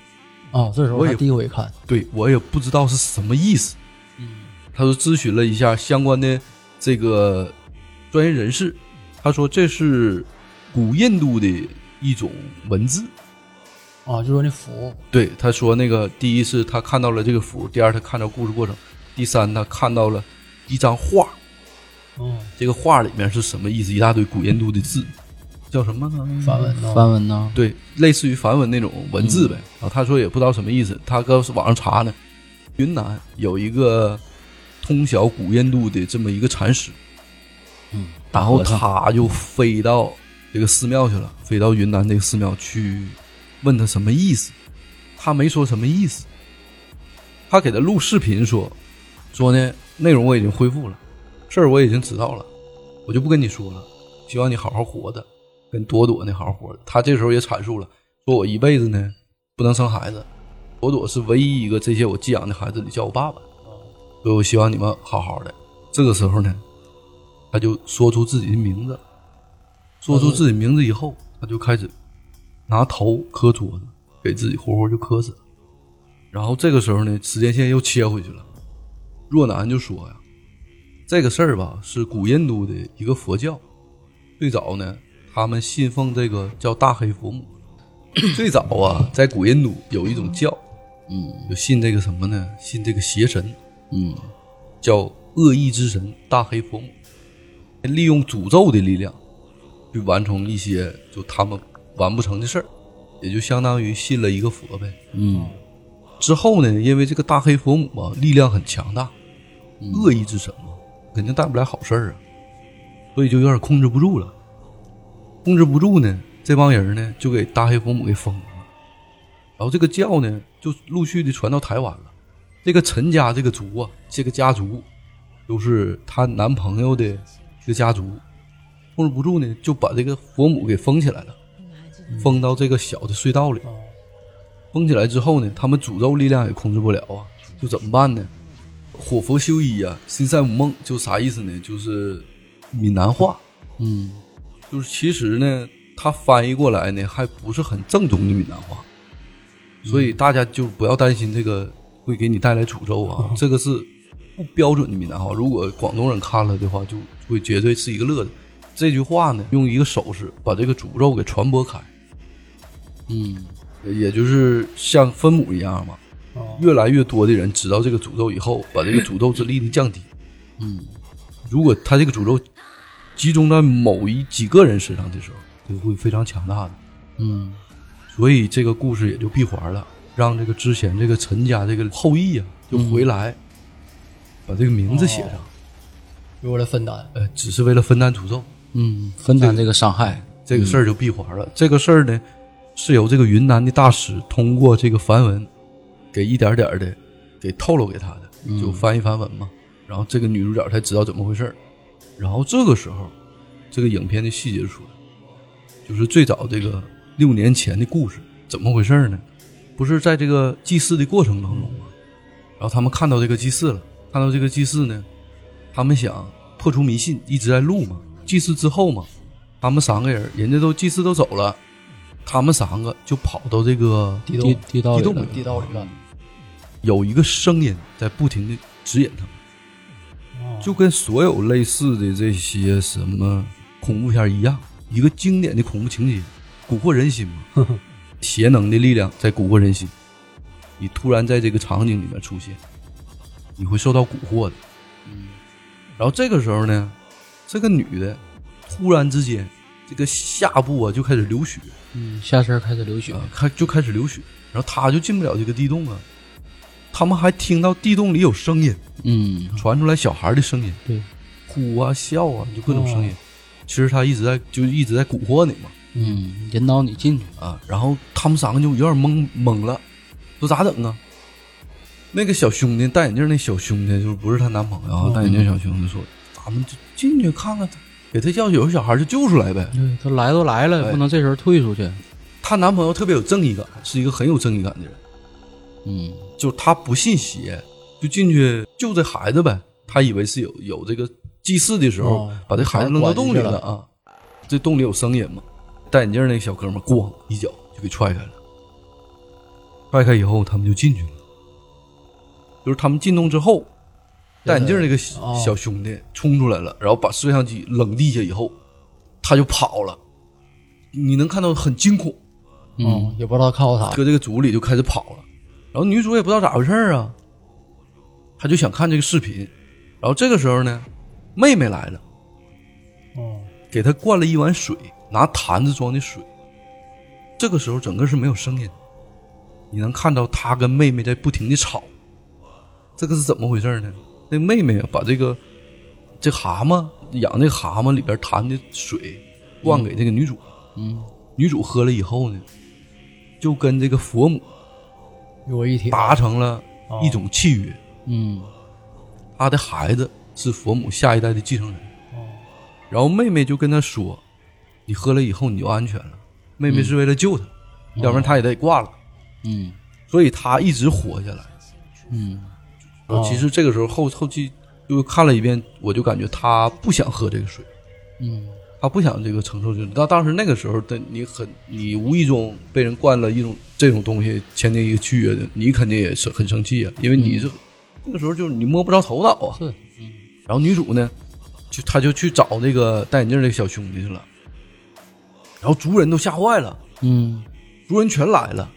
啊，这时候
我
他
也
第一回看，
对我也不知道是什么意思。他说咨询了一下相关的这个专业人士，他说这是古印度的一种文字。
啊，就说那符，
对，他说那个第一是他看到了这个符，第二他看到故事过程，第三他看到了一张画，
哦
嗯，
这个画里面是什么意思？一大堆古印度的字，叫什么呢？
反文呢，
梵文呢？
对，类似于梵文那种文字呗。然后他说也不知道什么意思，他搁网上查呢，云南有一个通晓古印度的这么一个禅师，然后
和尚
他就飞到这个寺庙去了，飞到云南这个寺庙去问他什么意思，他没说什么意思，他给他录视频说，说呢内容我已经恢复了，事儿我已经知道了，我就不跟你说了，希望你好好活着，跟朵朵呢好好活着。他这时候也阐述了，说我一辈子呢不能生孩子，朵朵是唯一一个这些我寄养的孩子里叫我爸爸，所以我希望你们好好的。这个时候呢，他就说出自己的名字，说出自己名字以后，他就开始拿头磕桌子，给自己活活就磕死了。然后这个时候呢，时间线又切回去了。若男就说呀，这个事儿吧是古印度的一个佛教，最早呢他们信奉这个叫大黑佛 母。最早啊，在古印度有一种教，嗯，就信这个什么呢？信这个邪神，
嗯，
叫恶意之神大黑佛母，利用诅咒的力量去完成一些就他们完不成的事儿，也就相当于信了一个佛呗。嗯，之后呢，因为这个大黑佛母啊，力量很强大，恶意之神嘛，肯定带不来好事儿啊，所以就有点控制不住了。控制不住呢，这帮人呢就给大黑佛母给封了，然后这个教呢就陆续的传到台湾了。这个陈家这个族啊，这个家族，都是她男朋友的这个家族，控制不住呢，就把这个佛母给封起来了，封到这个小的隧道里。封起来之后呢，他们诅咒力量也控制不了啊，就怎么办呢？火佛修一啊，心善无梦，就啥意思呢？就是闽南话，嗯，就是其实呢，它翻译过来呢，还不是很正宗的闽南话。所以大家就不要担心这个会给你带来诅咒 啊，这个是不标准的闽南话。如果广东人看了的话，就会绝对是一个乐子。这句话呢，用一个手势把这个诅咒给传播开，嗯，也就是像分母一样嘛。
哦
越来越多的人知道这个诅咒以后，把这个诅咒之力呢降低。嗯，如果他这个诅咒集中在某一几个人身上的时候，这个会非常强大的。
嗯，
所以这个故事也就闭环了，让这个之前这个陈家这个后裔啊，就回来、把这个名字写上，
由我来分担。
呃，只是为了分担诅咒，
嗯，分担这个伤害，
这个事儿就闭环了。这个事儿呢，是由这个云南的大使通过这个梵文，给一点点儿的给透露给他的，就翻译梵文嘛。然后这个女主角才知道怎么回事儿。然后这个时候，这个影片的细节就出来了，就是最早这个六年前的故事怎么回事儿呢？不是在这个祭祀的过程当中吗？然后他们看到这个祭祀了，看到这个祭祀呢，他们想破除迷信，一直在录嘛。祭祀之后嘛，他们三个人，人家都祭祀都走了，他们三个就跑到这个
地洞
地地道
地
里
洞
了
里，
地道里了，
有一个声音在不停的指引他们，
哦
就跟所有类似的这些什么恐怖片一样，一个经典的恐怖情节，蛊惑人心嘛。邪能的力量在蛊惑人心，你突然在这个场景里面出现，你会受到蛊惑的。嗯，然后这个时候呢，这个女的突然之间，这个下部啊就开始流血，
嗯下身开始流血
啊，开就开始流血，然后他就进不了这个地洞啊。他们还听到地洞里有声音，
嗯
传出来小孩的声音，
对，
哭啊、笑啊，就各种声音。其实他一直在就一直在蛊惑你嘛
嗯，引导你进去，
啊。然后他们三个就有点懵懵了，说咋整啊？那个小兄弟戴眼镜，那小兄弟就是不是她男朋友啊？戴
嗯
眼镜小兄弟说：“咱们就进去看看，给他叫有个小孩就救出来呗。”
对，都嗯来都来了，
哎
不能这时候退出去，
她男朋友特别有正义感，是一个很有正义感的人。
嗯
就是他不信邪，就进去救这孩子呗。他以为是有有这个祭祀的时候，
哦
把这孩子扔到洞里
把他
了啊。这洞里有声音嘛？戴眼镜那小哥们儿咣一脚就给踹开了。踹开以后，他们就进去了。就是他们进洞之后，戴眼镜那个小
哦
小兄弟冲出来了，然后把摄像机扔地下以后，他就跑了。你能看到很惊恐，
哦
嗯，
也不知道看过啥。
搁这个组啊里就开始跑了。然后女主也不知道咋回事儿啊，她就想看这个视频。然后这个时候呢，妹妹来了，
哦
给她灌了一碗水，拿坛子装的水。这个时候整个是没有声音，你能看到她跟妹妹在不停的吵。这个是怎么回事呢？那妹妹把这个这蛤蟆养那蛤蟆里边弹的水灌给这个女主，
嗯，
女主喝了以后呢，就跟这个佛母
与我一体，
达成了一种契约，
哦嗯
她的孩子是佛母下一代的继承人。
哦
然后妹妹就跟她说：“你喝了以后你就安全了。”妹妹是为了救她，要不然她也得挂了。
嗯
所以她一直活下来。
嗯
哦
其实这个时候后后期就看了一遍，我就感觉她不想喝这个水，
嗯
她不想这个承受这个。但当时那个时候的你很，你无意中被人灌了一种这种东西，签订一个契约的，你肯定也是很生气啊，因为你是、那个时候就是你摸不着头脑啊。
是
然后女主呢，就她就去找那个戴眼镜那个小兄弟去了，然后族人都吓坏了，
嗯
族人全来了，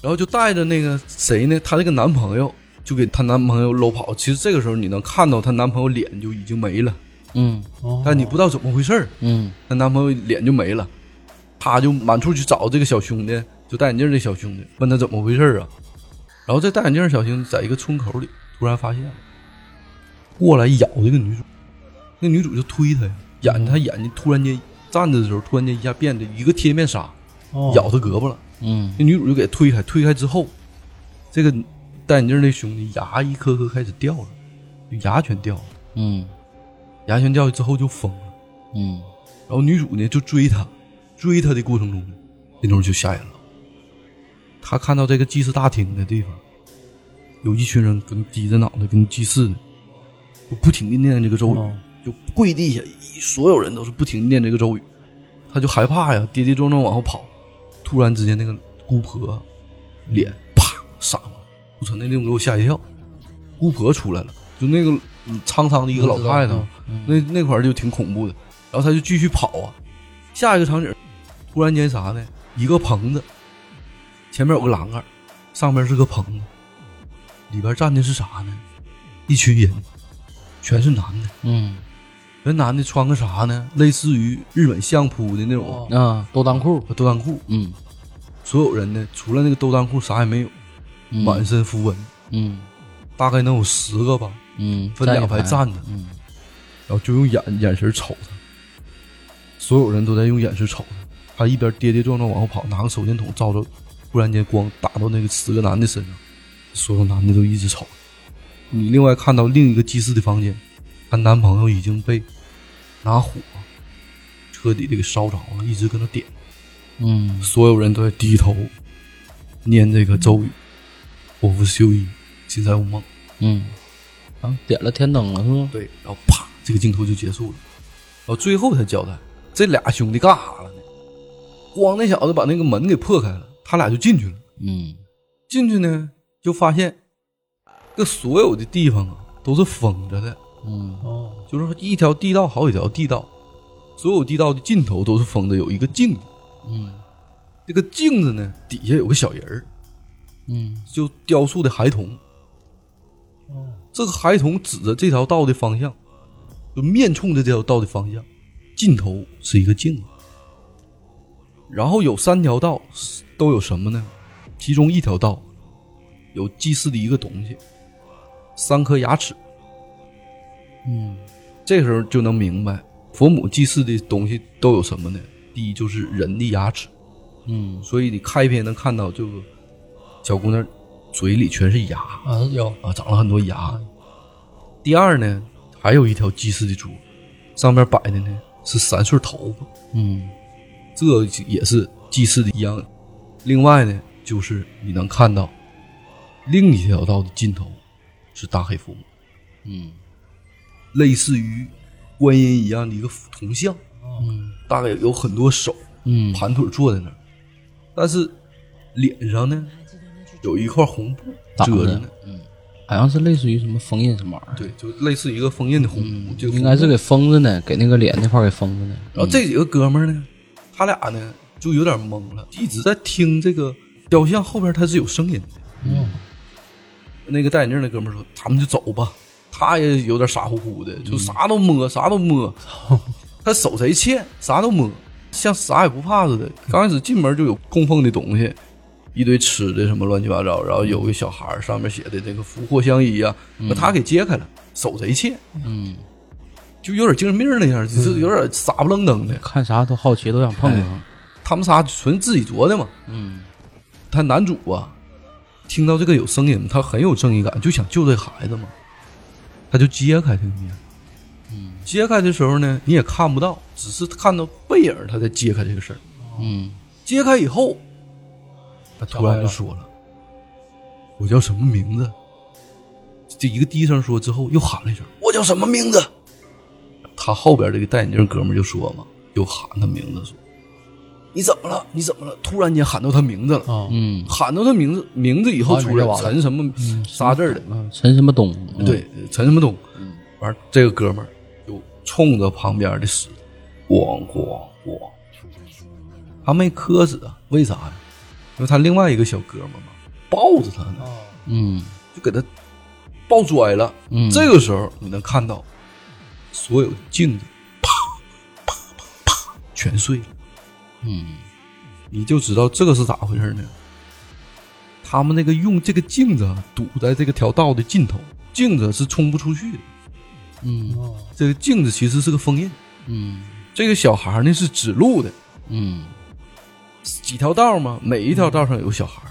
然后就带着那个谁呢，她那个男朋友就给她男朋友搂跑。其实这个时候你能看到她男朋友脸就已经没了，
嗯
哦，
但你不知道怎么回事儿，
嗯
她男朋友脸就没了，她就满处去找这个小兄弟，就戴眼镜这小兄弟，问他怎么回事儿啊。然后这戴眼镜小兄弟在一个村口里突然发现了，过来咬这个女主，那女主就推他呀，眼他眼睛突然间站着的时候，突然间一下变得一个贴面纱，
哦
咬他胳膊了。
嗯
那女主就给推开，推开之后，这个戴眼镜那兄弟牙一颗颗开始掉了，就牙全掉了，
嗯
牙全掉了之后就疯了。
嗯
然后女主呢就追他，追他的过程中呢，那东西就吓人了。他看到这个祭祀大厅的地方，有一群人跟低着脑袋跟祭祀呢，就不停的念这个咒语，
哦
就跪地下，一所有人都是不停的念这个咒语。他就害怕呀，跌跌撞撞往后跑。突然之间，那个姑婆脸啪闪了，我操！那地方给我吓一跳。姑婆出来了，就那个嗯沧桑的一个老太太，那那块儿就挺恐怖的。然后他就继续跑啊。下一个场景，突然间啥呢？一个棚子，前面有个栏杆，上面是个棚子，里边站的是啥呢？一群人，全是男的。
嗯
那男的穿个啥呢？类似于日本相扑的那种
哦
啊，都当裤，
兜裆裤。
嗯
所有人呢，除了那个兜裆裤，啥也没有，
嗯
满身符文，
嗯
大概能有十个吧，
嗯，
分两排站着，
嗯
然后就用眼眼神瞅他。所有人都在用眼神瞅他，他一边跌跌撞撞往后跑，拿个手电筒照着，突然间光打到那个十个男的身上，所有男的都一直瞅他。你另外看到另一个祭祀的房间，她男朋友已经被拿火彻底的给烧着了，一直搁那点。
嗯
所有人都在低头念这个咒语：“我不修一，心在无梦。
嗯，啊，点了天灯了是吗”？
对，然后啪，这个镜头就结束了。然后最后才交代，这俩兄弟干啥了呢？光那小子把那个门给破开了，他俩就进去了。
嗯
进去呢，就发现这所有的地方啊都是封着的，
嗯
哦
就是一条地道好几条地道，所有地道的尽头都是封着，有一个镜子。
嗯
这个镜子呢，底下有个小人儿，
嗯
就雕塑的孩童。
哦
这个孩童指着这条道的方向，就面冲着这条道的方向，尽头是一个镜子。然后有三条道都有什么呢？其中一条道有祭祀的一个东西，三颗牙齿。
嗯
这时候就能明白佛母祭祀的东西都有什么呢？第一就是人的牙齿，
嗯
所以你开篇能看到这个小姑娘嘴里全是牙。
啊有
啊，长了很多牙。第二呢，还有一条祭祀的猪，上面摆的呢是三穗头发，
嗯
这也是祭祀的一样。另外呢，就是你能看到另一条道的尽头是大黑佛母，
嗯
类似于观音一样的一个铜像，大概有很多手，
嗯
盘腿坐在那儿，但是脸上呢有一块红布
挡
遮着
着
呢，，
嗯，好像是类似于什么封印什么玩意儿，
对，就类似一个封印的红布，就
嗯应该是给封着呢，给那个脸那块儿给封着呢。
然后这几个哥们儿呢，他俩呢就有点懵了，一直在听这个雕像后边它是有声音的。那个戴眼镜那哥们儿说：“咱们就走吧。”他也有点傻乎乎的，就啥都摸，啥都摸，他手贼欠，啥都摸，像啥也不怕似的。刚开始进门就有供奉的东西，一堆吃的什么乱七八糟，然后有个小孩儿上面写的这个福祸相依啊，把他给揭开了，手贼欠。
嗯
就有点精神病那样儿，就是有点傻不愣登的。
看啥都好奇，都想碰碰。
他们仨纯自己琢的嘛。嗯，他男主啊，听到这个有声音，他很有正义感，就想救这孩子嘛，他就揭开这个面。嗯，揭开的时候呢，你也看不到，只是看到背影，他在揭开这个事儿。
嗯，
揭开以后，他突然就说了：“我叫什么名字？”这一个低声说之后，又喊了一声：“我叫什么名字？”他后边这个戴眼镜哥们儿就说嘛，又喊他名字说：“你怎么了？你怎么了？”突然间喊到他名字了，
啊，
嗯，
喊到他名字名字以后
好
出
你这
来
完了
陈什么仨字儿的，
陈什么东？嗯，
对，陈什么东。完，这个哥们儿就冲着旁边的屎，咣咣咣，他没磕死啊？为啥呀？因为他另外一个小哥们儿嘛，抱着他呢，
嗯
就给他抱拽了。
嗯
这个时候你能看到所有的镜子，啪啪啪啪，全碎了。
嗯
你就知道这个是咋回事呢？他们那个用这个镜子啊堵在这个条道的尽头，镜子是冲不出去的。
嗯
这个镜子其实是个封印，
嗯
这个小孩呢是指路的，
嗯
几条道嘛，每一条道上有个小孩，
嗯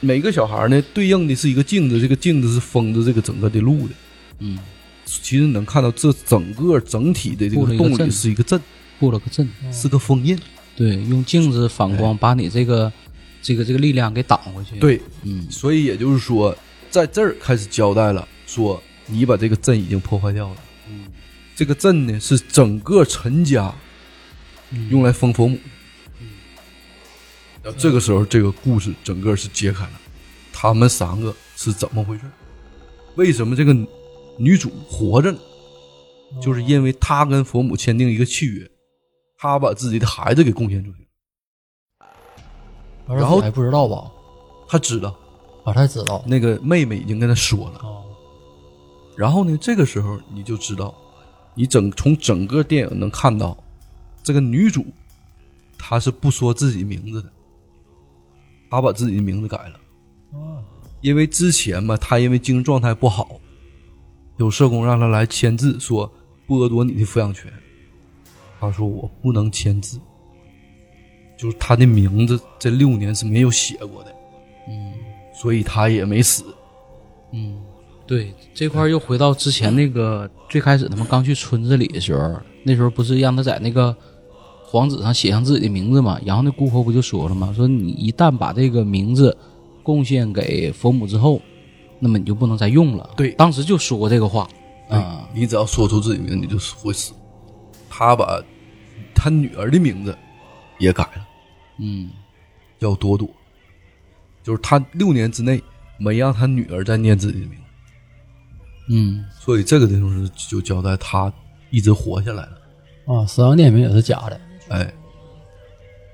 每个小孩呢对应的是一个镜子，这个镜子是封着这个整个的路的。
嗯，
其实能看到这整个整体的这
布了
个
一个
洞里
阵嗯
是一个阵，
布了个阵。
是个封印。
对，用镜子反光把你这个这个这个力量给挡回去。，
对，
嗯
所以也就是说，在这儿开始交代了，说你把这个阵已经破坏掉了。
嗯
这个阵呢是整个陈家用来封佛母。
嗯
然后这个时候，这个故事整个是揭开了，他们三个是怎么回事？为什么这个女主活着呢？
哦
就是因为她跟佛母签订一个契约，她把自己的孩子给贡献出去。
然
后
还不知道吧？
她知道
啊，他知道
那个妹妹已经跟她说了，
哦，
然后呢，这个时候你就知道，你整从整个电影能看到，这个女主她是不说自己名字的，她把自己的名字改了，因为之前嘛，她因为精神状态不好，有社工让她来签字，说剥夺你的抚养权，她说我不能签字，就是她的名字这六年是没有写过的，嗯，所以她也没死，
嗯，对，这块儿又回到之前那个最开始他们刚去村子里的时候，那时候不是让他在那个黄纸上写上自己的名字嘛？然后那姑婆不就说了嘛，说你一旦把这个名字贡献给佛母之后，那么你就不能再用了。
对
当时就说过这个话啊。
你只要说出自己名，你就是会死。他把他女儿的名字也改了，
嗯
叫朵朵，就是他六年之内没让他女儿再念自己的名字，
嗯
所以这个地方是就交代他一直活下来了。
啊，三阳店名也是假的，
哎，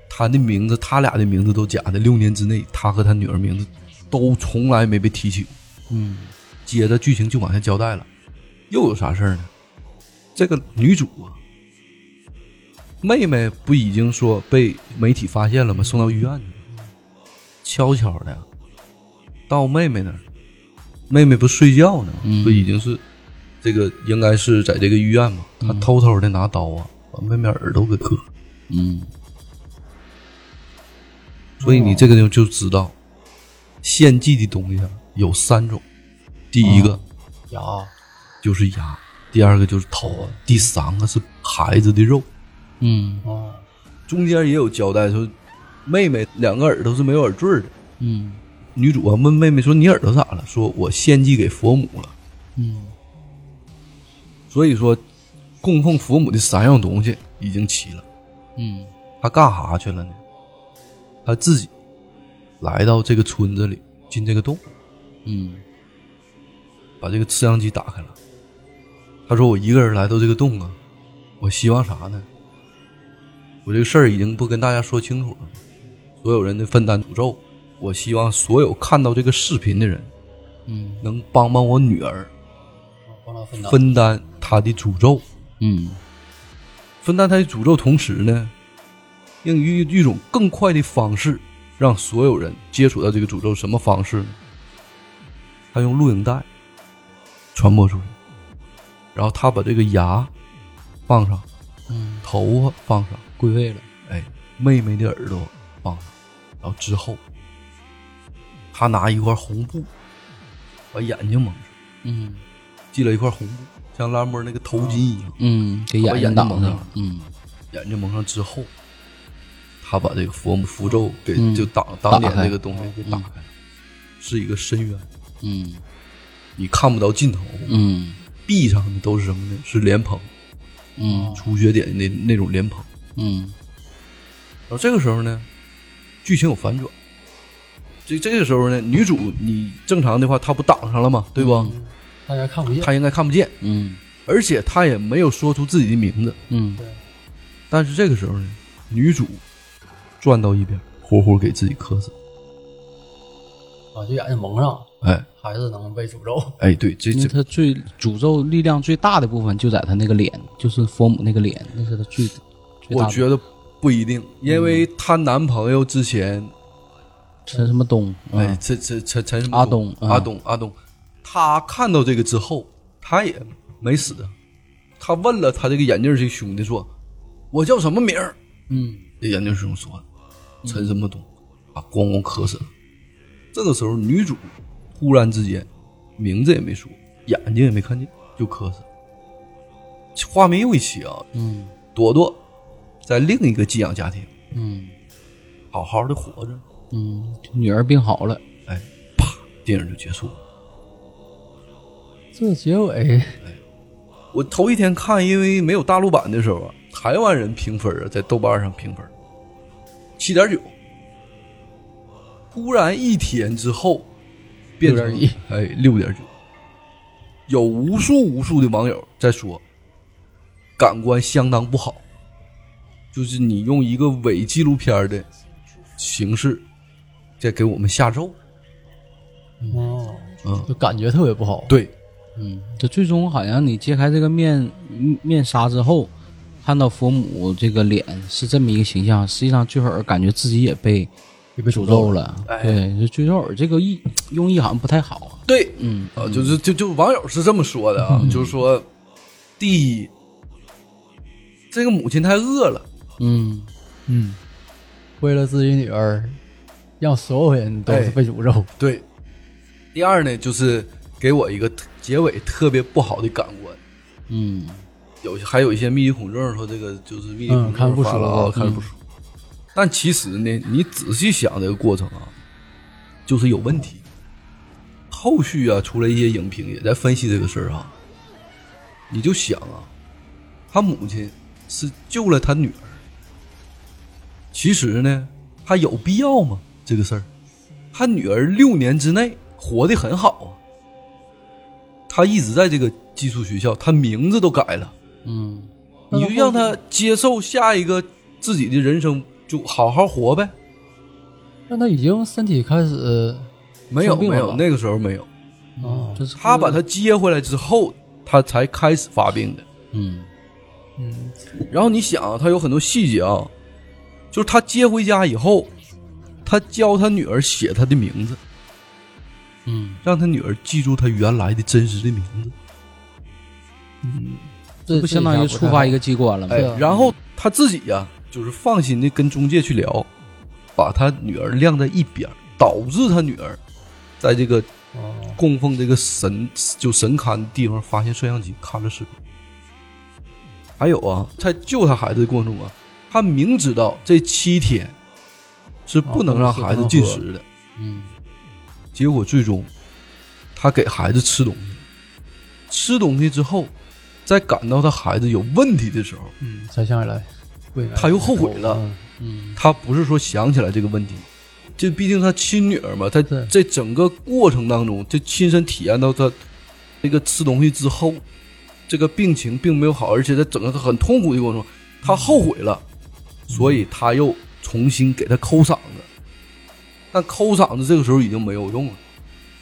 他的名字，他俩的名字都假的。六年之内，他和他女儿名字都从来没被提起过。
嗯
接着剧情就往下交代了，又有啥事儿呢？这个女主啊，妹妹不已经说被媒体发现了吗？送到医院去了，悄悄的啊到妹妹那儿，妹妹不睡觉呢，
嗯
不已经是这个应该是在这个医院嘛，她偷偷的拿刀啊，把妹妹耳朵给割了。
嗯
所以你这个地方就知道，献祭的东西啊有三种，第一个
假
就是牙，第二个就是头发，第三个是孩子的肉。
嗯
哦，
中间也有交代说，妹妹两个耳朵是没有耳坠的。
嗯
女主啊问妹妹说：“你耳朵咋了？”说：“我献祭给佛母了。
嗯”
所以说，供奉佛母的三样东西已经齐了。
嗯
她干啥去了呢？她自己来到这个村子里，进这个洞，
嗯
把这个摄像机打开了。她说：“我一个人来到这个洞啊，我希望啥呢？我这个事儿已经不跟大家说清楚了，所有人的分担诅咒。我希望所有看到这个视频的人，
嗯
能帮帮我女儿
帮他分担，
分担她的诅咒。
嗯
分担她的诅咒，同时呢，用一一种更快的方式，让所有人接触到这个诅咒。什么方式呢？他用录影带传播出去，然后他把这个牙放上，
嗯，
头发放上，
归位了，
哎，妹妹的耳朵放上，然后之后，他拿一块红布把眼睛蒙上，
嗯
系了一块红布，像拉莫那个头巾一样，
嗯，给眼睛
眼睛
挡
蒙
上
上，
嗯，
眼睛蒙上之后，他把这个佛符咒给、
嗯
就挡挡脸
打开
这个东西给打开了，是一个深渊，
嗯
你看不到尽头，
嗯
壁上的都是什么呢？是莲蓬，
嗯
初学点的那那种莲蓬。
嗯
然后这个时候呢，剧情有反转。这这个时候呢，女主你正常的话，她不挡上了吗？对吧？
大家看不见，
她应该看不见，
嗯
而且她也没有说出自己的名字。
嗯
但是这个时候呢，女主转到一边，活活给自己磕死。
啊，就眼睛蒙上，
哎
还是能被诅咒。
哎，对，这
因为
这
他最诅咒力量最大的部分就在他那个脸，就是佛母那个脸，那是他最最
我
大的。
觉得不一定，因为她男朋友之前
陈什么东？
哎
嗯，
陈陈陈陈什么
阿东嗯
阿东，阿东，他看到这个之后，他也没死啊。他问了他这个眼镜儿这个兄弟说：“我叫什么名儿
嗯，？”
这眼镜兄说：“陈什么东。”啊，咣咣磕死了。这个时候，女主忽然之间，名字也没说，眼睛也没看见，就磕死了。画面又一起啊，
嗯
朵朵在另一个寄养家庭
嗯
好好的活着，
嗯，女儿病好了，
哎，啪，电影就结束了。
这结尾
我头一天看，因为没有大陆版的时候啊，台湾人评分啊，在豆瓣上评分七点九。忽然一天之后，变成
6.1
哎六点九，有无数无数的网友在说，感官相当不好，就是你用一个伪纪录片的形式在给我们下咒，
哦，
嗯，
就感觉特别不好。
对，
嗯，这最终好像你揭开这个面面纱之后，看到佛母这个脸是这么一个形象，实际上最后感觉自己也被
就被
诅咒
诅咒了。
了。
哎
对，就最后这个意用意好像不太好。
对，
嗯
啊，就是就就网友是这么说的啊，就是说，第一，这个母亲太饿了，
嗯
嗯，为了自己女儿，让所有人都是被诅咒。
对；第二呢，就是给我一个特结尾特别不好的感官，
嗯
有还有一些密集恐症说这个就是密集恐
嗯
症
看不
发了啊，
舒服
看着不舒服。但其实呢，你仔细想这个过程啊，就是有问题。后续啊，出来一些影评也在分析这个事儿啊，你就想啊，他母亲是救了他女儿，其实呢，他有必要吗？这个事儿，他女儿六年之内活得很好啊，他一直在这个寄宿学校，他名字都改了。
嗯
你就让他接受下一个自己的人生，就好好活呗。
但他已经身体开始
没有
生病
没
了
有，
吧
那个时候没有。
啊，
这是
他把他接回来之后，他才开始发病的。
嗯
嗯，
然后你想，啊他有很多细节啊，就是他接回家以后，他教他女儿写他的名字，
嗯
让他女儿记住他原来的真实的名字。
这
不相当于触发一个
个
机关了吗？
哎
对啊，
然后他自己呀、就是放心的跟中介去聊，把他女儿晾在一边儿，导致他女儿在这个供奉这个神就神龛的地方发现摄像机，看着视频。还有啊，在救他孩子的过程中啊，他明知道这七天是不能让孩子进食的，
嗯
结果最终他给孩子吃东西，吃东西之后，在感到他孩子有问题的时候，
嗯，才想起来，不应该
他又后悔了。
嗯
嗯
他不是说想起来这个问题，这毕竟他亲女儿嘛，他
对
这整个过程当中，就亲身体验到他这个吃东西之后，这个病情并没有好，而且在整个他很痛苦的过程中，他后悔了，所以他又重新给他抠嗓子，但抠嗓子这个时候已经没有用了，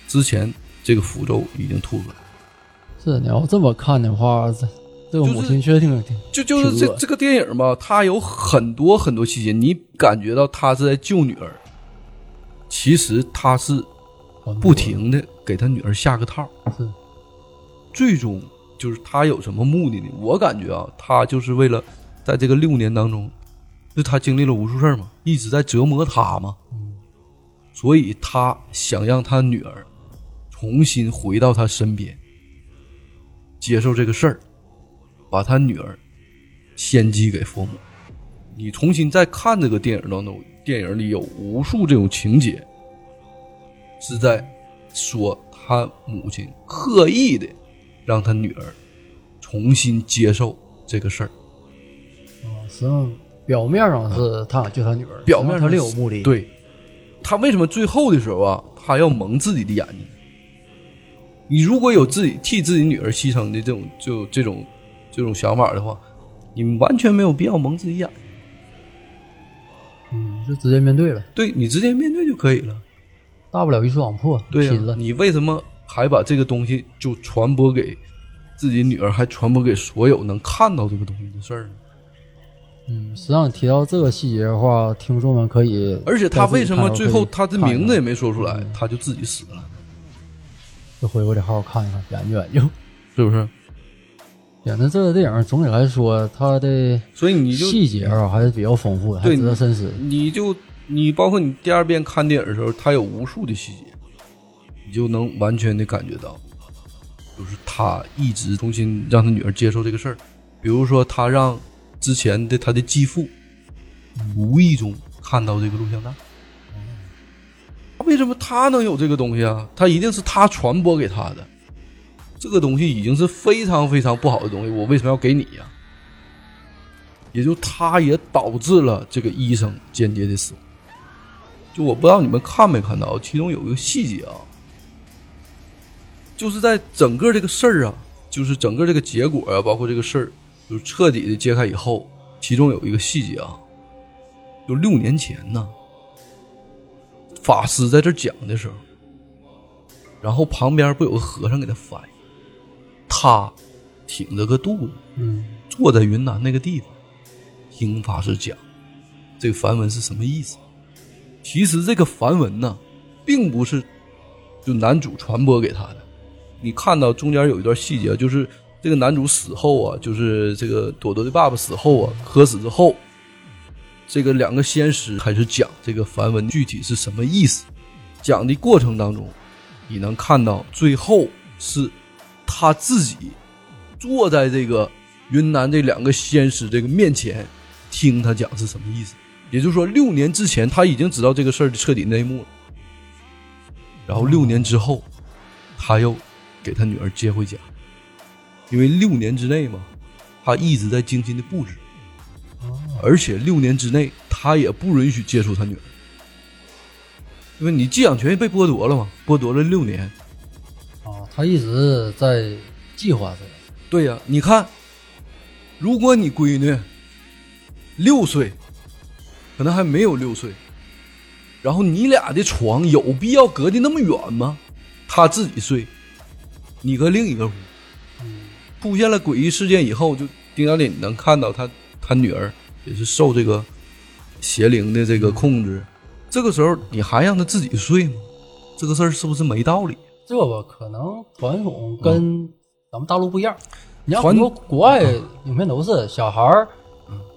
之前这个符咒已经吐出来了，
是你要这么看的话，这这个母亲确实挺挺
就就是
挺
这
恶
这个电影吧，它有很多很多细节，你感觉到他是在救女儿，其实他是。不停的给他女儿下个套，
是
最终就是他有什么目的呢？我感觉啊，他就是为了在这个六年当中，就他经历了无数事儿嘛，一直在折磨他嘛，所以他想让他女儿重新回到他身边，接受这个事儿，把他女儿献祭给佛母。你重新再看这个电影当中，电影里有无数这种情节，是在说他母亲刻意的让他女儿重新接受这个事儿。
实际上表面上是他想救他女儿，
表面
实际他
上
另有目的。，
对，他为什么最后的时候啊，他要蒙自己的眼睛？你如果有自己替自己女儿牺牲的这种就这种这种想法的话，你完全没有必要蒙自己眼睛。
嗯，就直接面对了，
对你直接面对就可以了。
大不了一触网破，
对呀、
拼了。
你为什么还把这个东西就传播给自己女儿，还传播给所有能看到这个东西的事儿呢？
嗯，实际上提到这个细节的话，听众们可以，
而且他为什么最后他的名字也
也
没说出来，他就自己死了，
回我得好好看一看，研究研 究。
是不是？
对，那这个电影总体来说，它的
所以你就
细节啊还是比较丰富的，还
对
值得深思。
你就你包括你第二遍看电影的时候，它有无数的细节，你就能完全的感觉到，就是他一直重新让他女儿接受这个事儿。比如说，他让之前的他的继父无意中看到这个录像带，为什么他能有这个东西啊？他一定是他传播给他的。这个东西已经是非常非常不好的东西，我为什么要给你呀、也就他也导致了这个医生间接的死亡。就我不知道你们看没看到，其中有一个细节啊，就是在整个这个事儿啊，就是整个这个结果啊，包括这个事儿，就是彻底的揭开以后，其中有一个细节啊，就六年前呢，法师在这儿讲的时候，然后旁边不有个和尚给他翻译，他挺着个肚子，
嗯，
坐在云南那个地方，听法师讲这个梵文是什么意思。其实这个梵文呢，并不是就男主传播给他的。你看到中间有一段细节，就是这个男主死后啊，就是这个朵朵的爸爸死后啊，渴死之后，这个两个仙师开始讲这个梵文具体是什么意思。讲的过程当中，你能看到最后是他自己坐在这个云南这两个仙师这个面前，听他讲是什么意思。也就是说，六年之前他已经知道这个事儿的彻底内幕了，然后六年之后，他又给他女儿接回家，因为六年之内嘛，他一直在精心的布置，而且六年之内他也不允许接触他女儿，因为你寄养权被剥夺了嘛，剥夺了六年，
啊，他一直在计划这个。
对呀、你看，如果你闺女六岁，可能还没有六岁，然后你俩的床有必要隔得那么远吗？她自己睡，你搁另一个屋。
嗯
出现了诡异事件以后，就丁小磊能看到他他女儿也是受这个邪灵的
嗯
这个控制。这个时候你还让她自己睡吗？这个事儿是不是没道理？
这吧，可能传统跟咱们大陆不一样。你
嗯
像
传
很多国外影片都是小孩儿，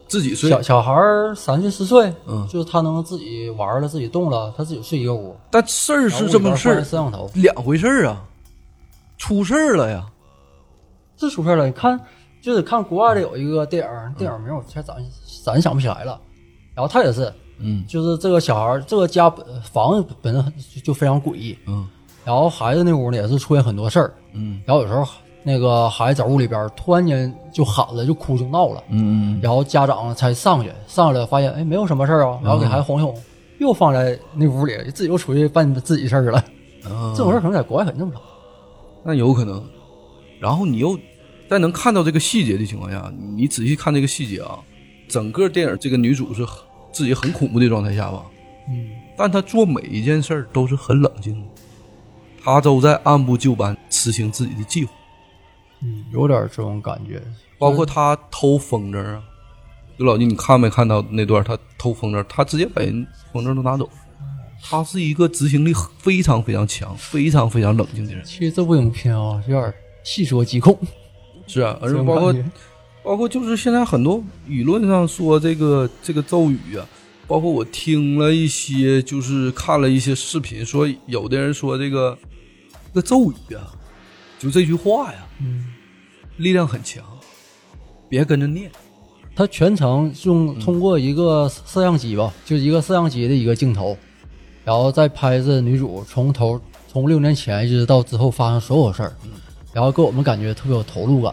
自己睡
小小孩儿三岁四岁，
嗯
就是他能自己玩了，自己动了，他自己睡一个屋，
但事儿是这么个事儿
然后屋里边放着，摄像头，
两回事儿啊，出事儿了呀！
这出事儿了。你看，就是看国外的有一个电影，电影名我才咱咱想不起来了。然后他也是，
嗯
就是这个小孩儿，这个家本房子本身就就非常诡异，
嗯
然后孩子那屋呢也是出现很多事儿，
嗯
然后有时候那个孩子在屋里边儿突然间就喊了，就哭就闹了。
嗯
然后家长才上去，上来发现哎没有什么事儿啊，然后给孩子哄一哄，又放在那屋里，自己又出去办自己事儿了。
啊
这，种事儿可能在国外很正常。
那有可能。然后你又在能看到这个细节的情况下，你仔细看这个细节啊，整个电影这个女主是很自己很恐怖的状态下吧，
嗯，
但她做每一件事儿都是很冷静的，她都在按部就班执行自己的计划，
有点这种感觉。
包括她偷风筝啊。刘老弟，你看没看到那段她偷风筝，她直接把人风筝都拿走。她是一个执行力非常非常强、非常非常冷静的人。
哦其实这部影片啊，有点细说极恐。
是啊，而且包括包括就是现在很多舆论上说这个这个咒语啊，包括我听了一些，就是看了一些视频，说有的人说这个这个咒语啊，就这句话呀，
嗯
力量很强，别跟着念。
他全程用通过一个摄像机吧，就一个摄像机的一个镜头，然后再拍摄女主从头从六年前一直到之后发生所有事儿，然后给我们感觉特别有投入感。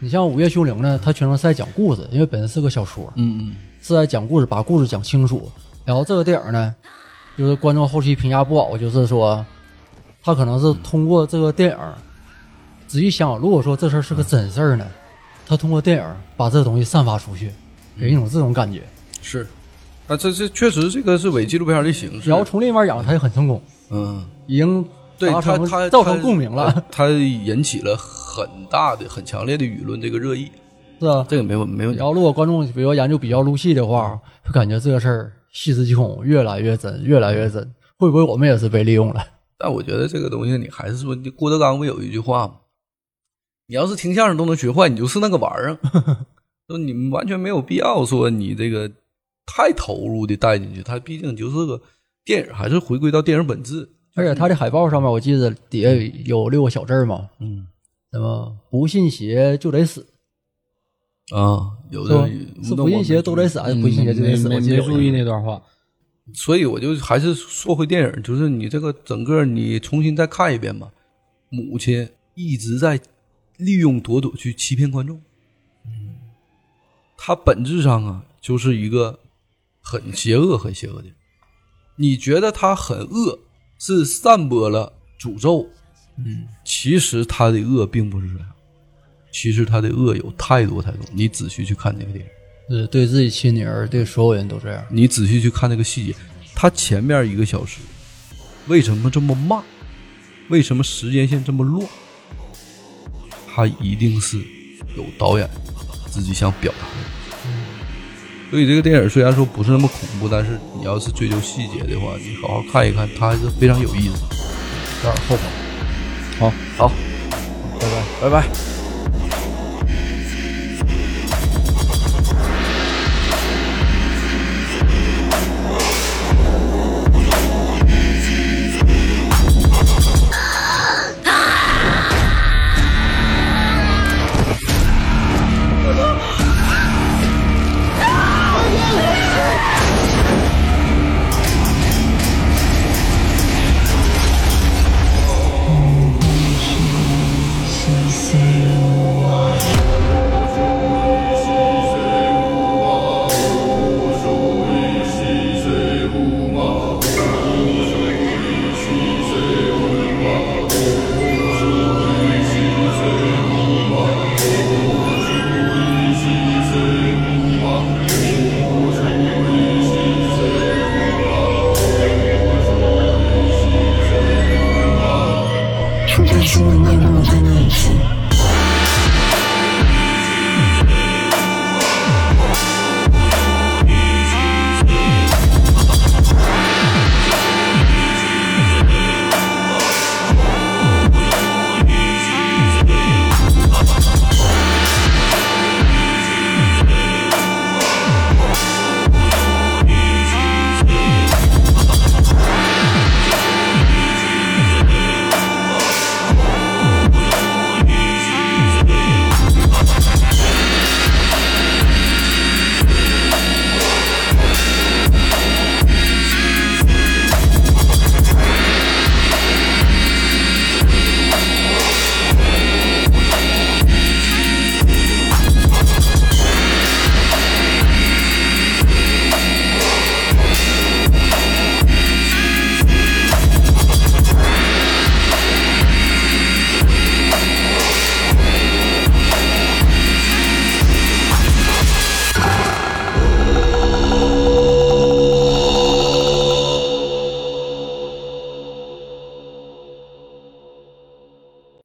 你像《午夜凶铃》呢，它全程是在讲故事，因为本身是个小说，
嗯
是在讲故事，把故事讲清楚。然后这个电影呢，就是观众后期评价不好，就是说他可能是通过这个电影仔细想想，如果说这事儿是个真事儿呢，他通过电影把这个东西散发出去，给人一种这种感觉。
是，啊，这这确实这个是伪纪录片的形式
然。后从另一面讲，他也很成功，
嗯，
已经
对
达
他
成
他
造成共鸣 了，，
他呃引起了很大的、很强烈的舆论这个热议，
是吧？
这个没问没问题
然。后如果观众比如说研究比较入戏的话，会感觉这个事儿细思极恐，越来越真，越来越真。会不会我们也是被利用了？
但我觉得这个东西，你还是说，你郭德纲不有一句话吗？你要是听相声都能学坏，你就是那个玩意儿。啊 说你们完全没有必要说你这个太投入的带进去，它毕竟就是个电影，还是回归到电影本质。
而且它的海报上面，我记得底下有六个小字儿嘛，
嗯
什么不信邪就得死，
啊，有
是
的
吧？是不信邪都得，死，还是
嗯，
哎不信邪就得
没
死？
没
我记得
没
有
注意那段话，
所以我就还是说回电影，就是你这个整个你重新再看一遍吧。母亲一直在利用朵朵去欺骗观众，她本质上啊就是一个很邪恶、很邪恶的人。你觉得她很恶，是散播了诅咒，嗯，其实她的恶并不是这样，其实她的恶有太多太多。你仔细去看这个电影。
是对自己亲女儿，对所有人都这样。
你仔细去看那个细节，他前面一个小时为什么这么慢？为什么时间线这么乱？他一定是有导演自己想表达的。所以这个电影虽然说不是那么恐怖，但是你要是追求细节的话，你好好看一看，它还是非常有意思的。
有点后悔。
好。
好，拜拜。拜拜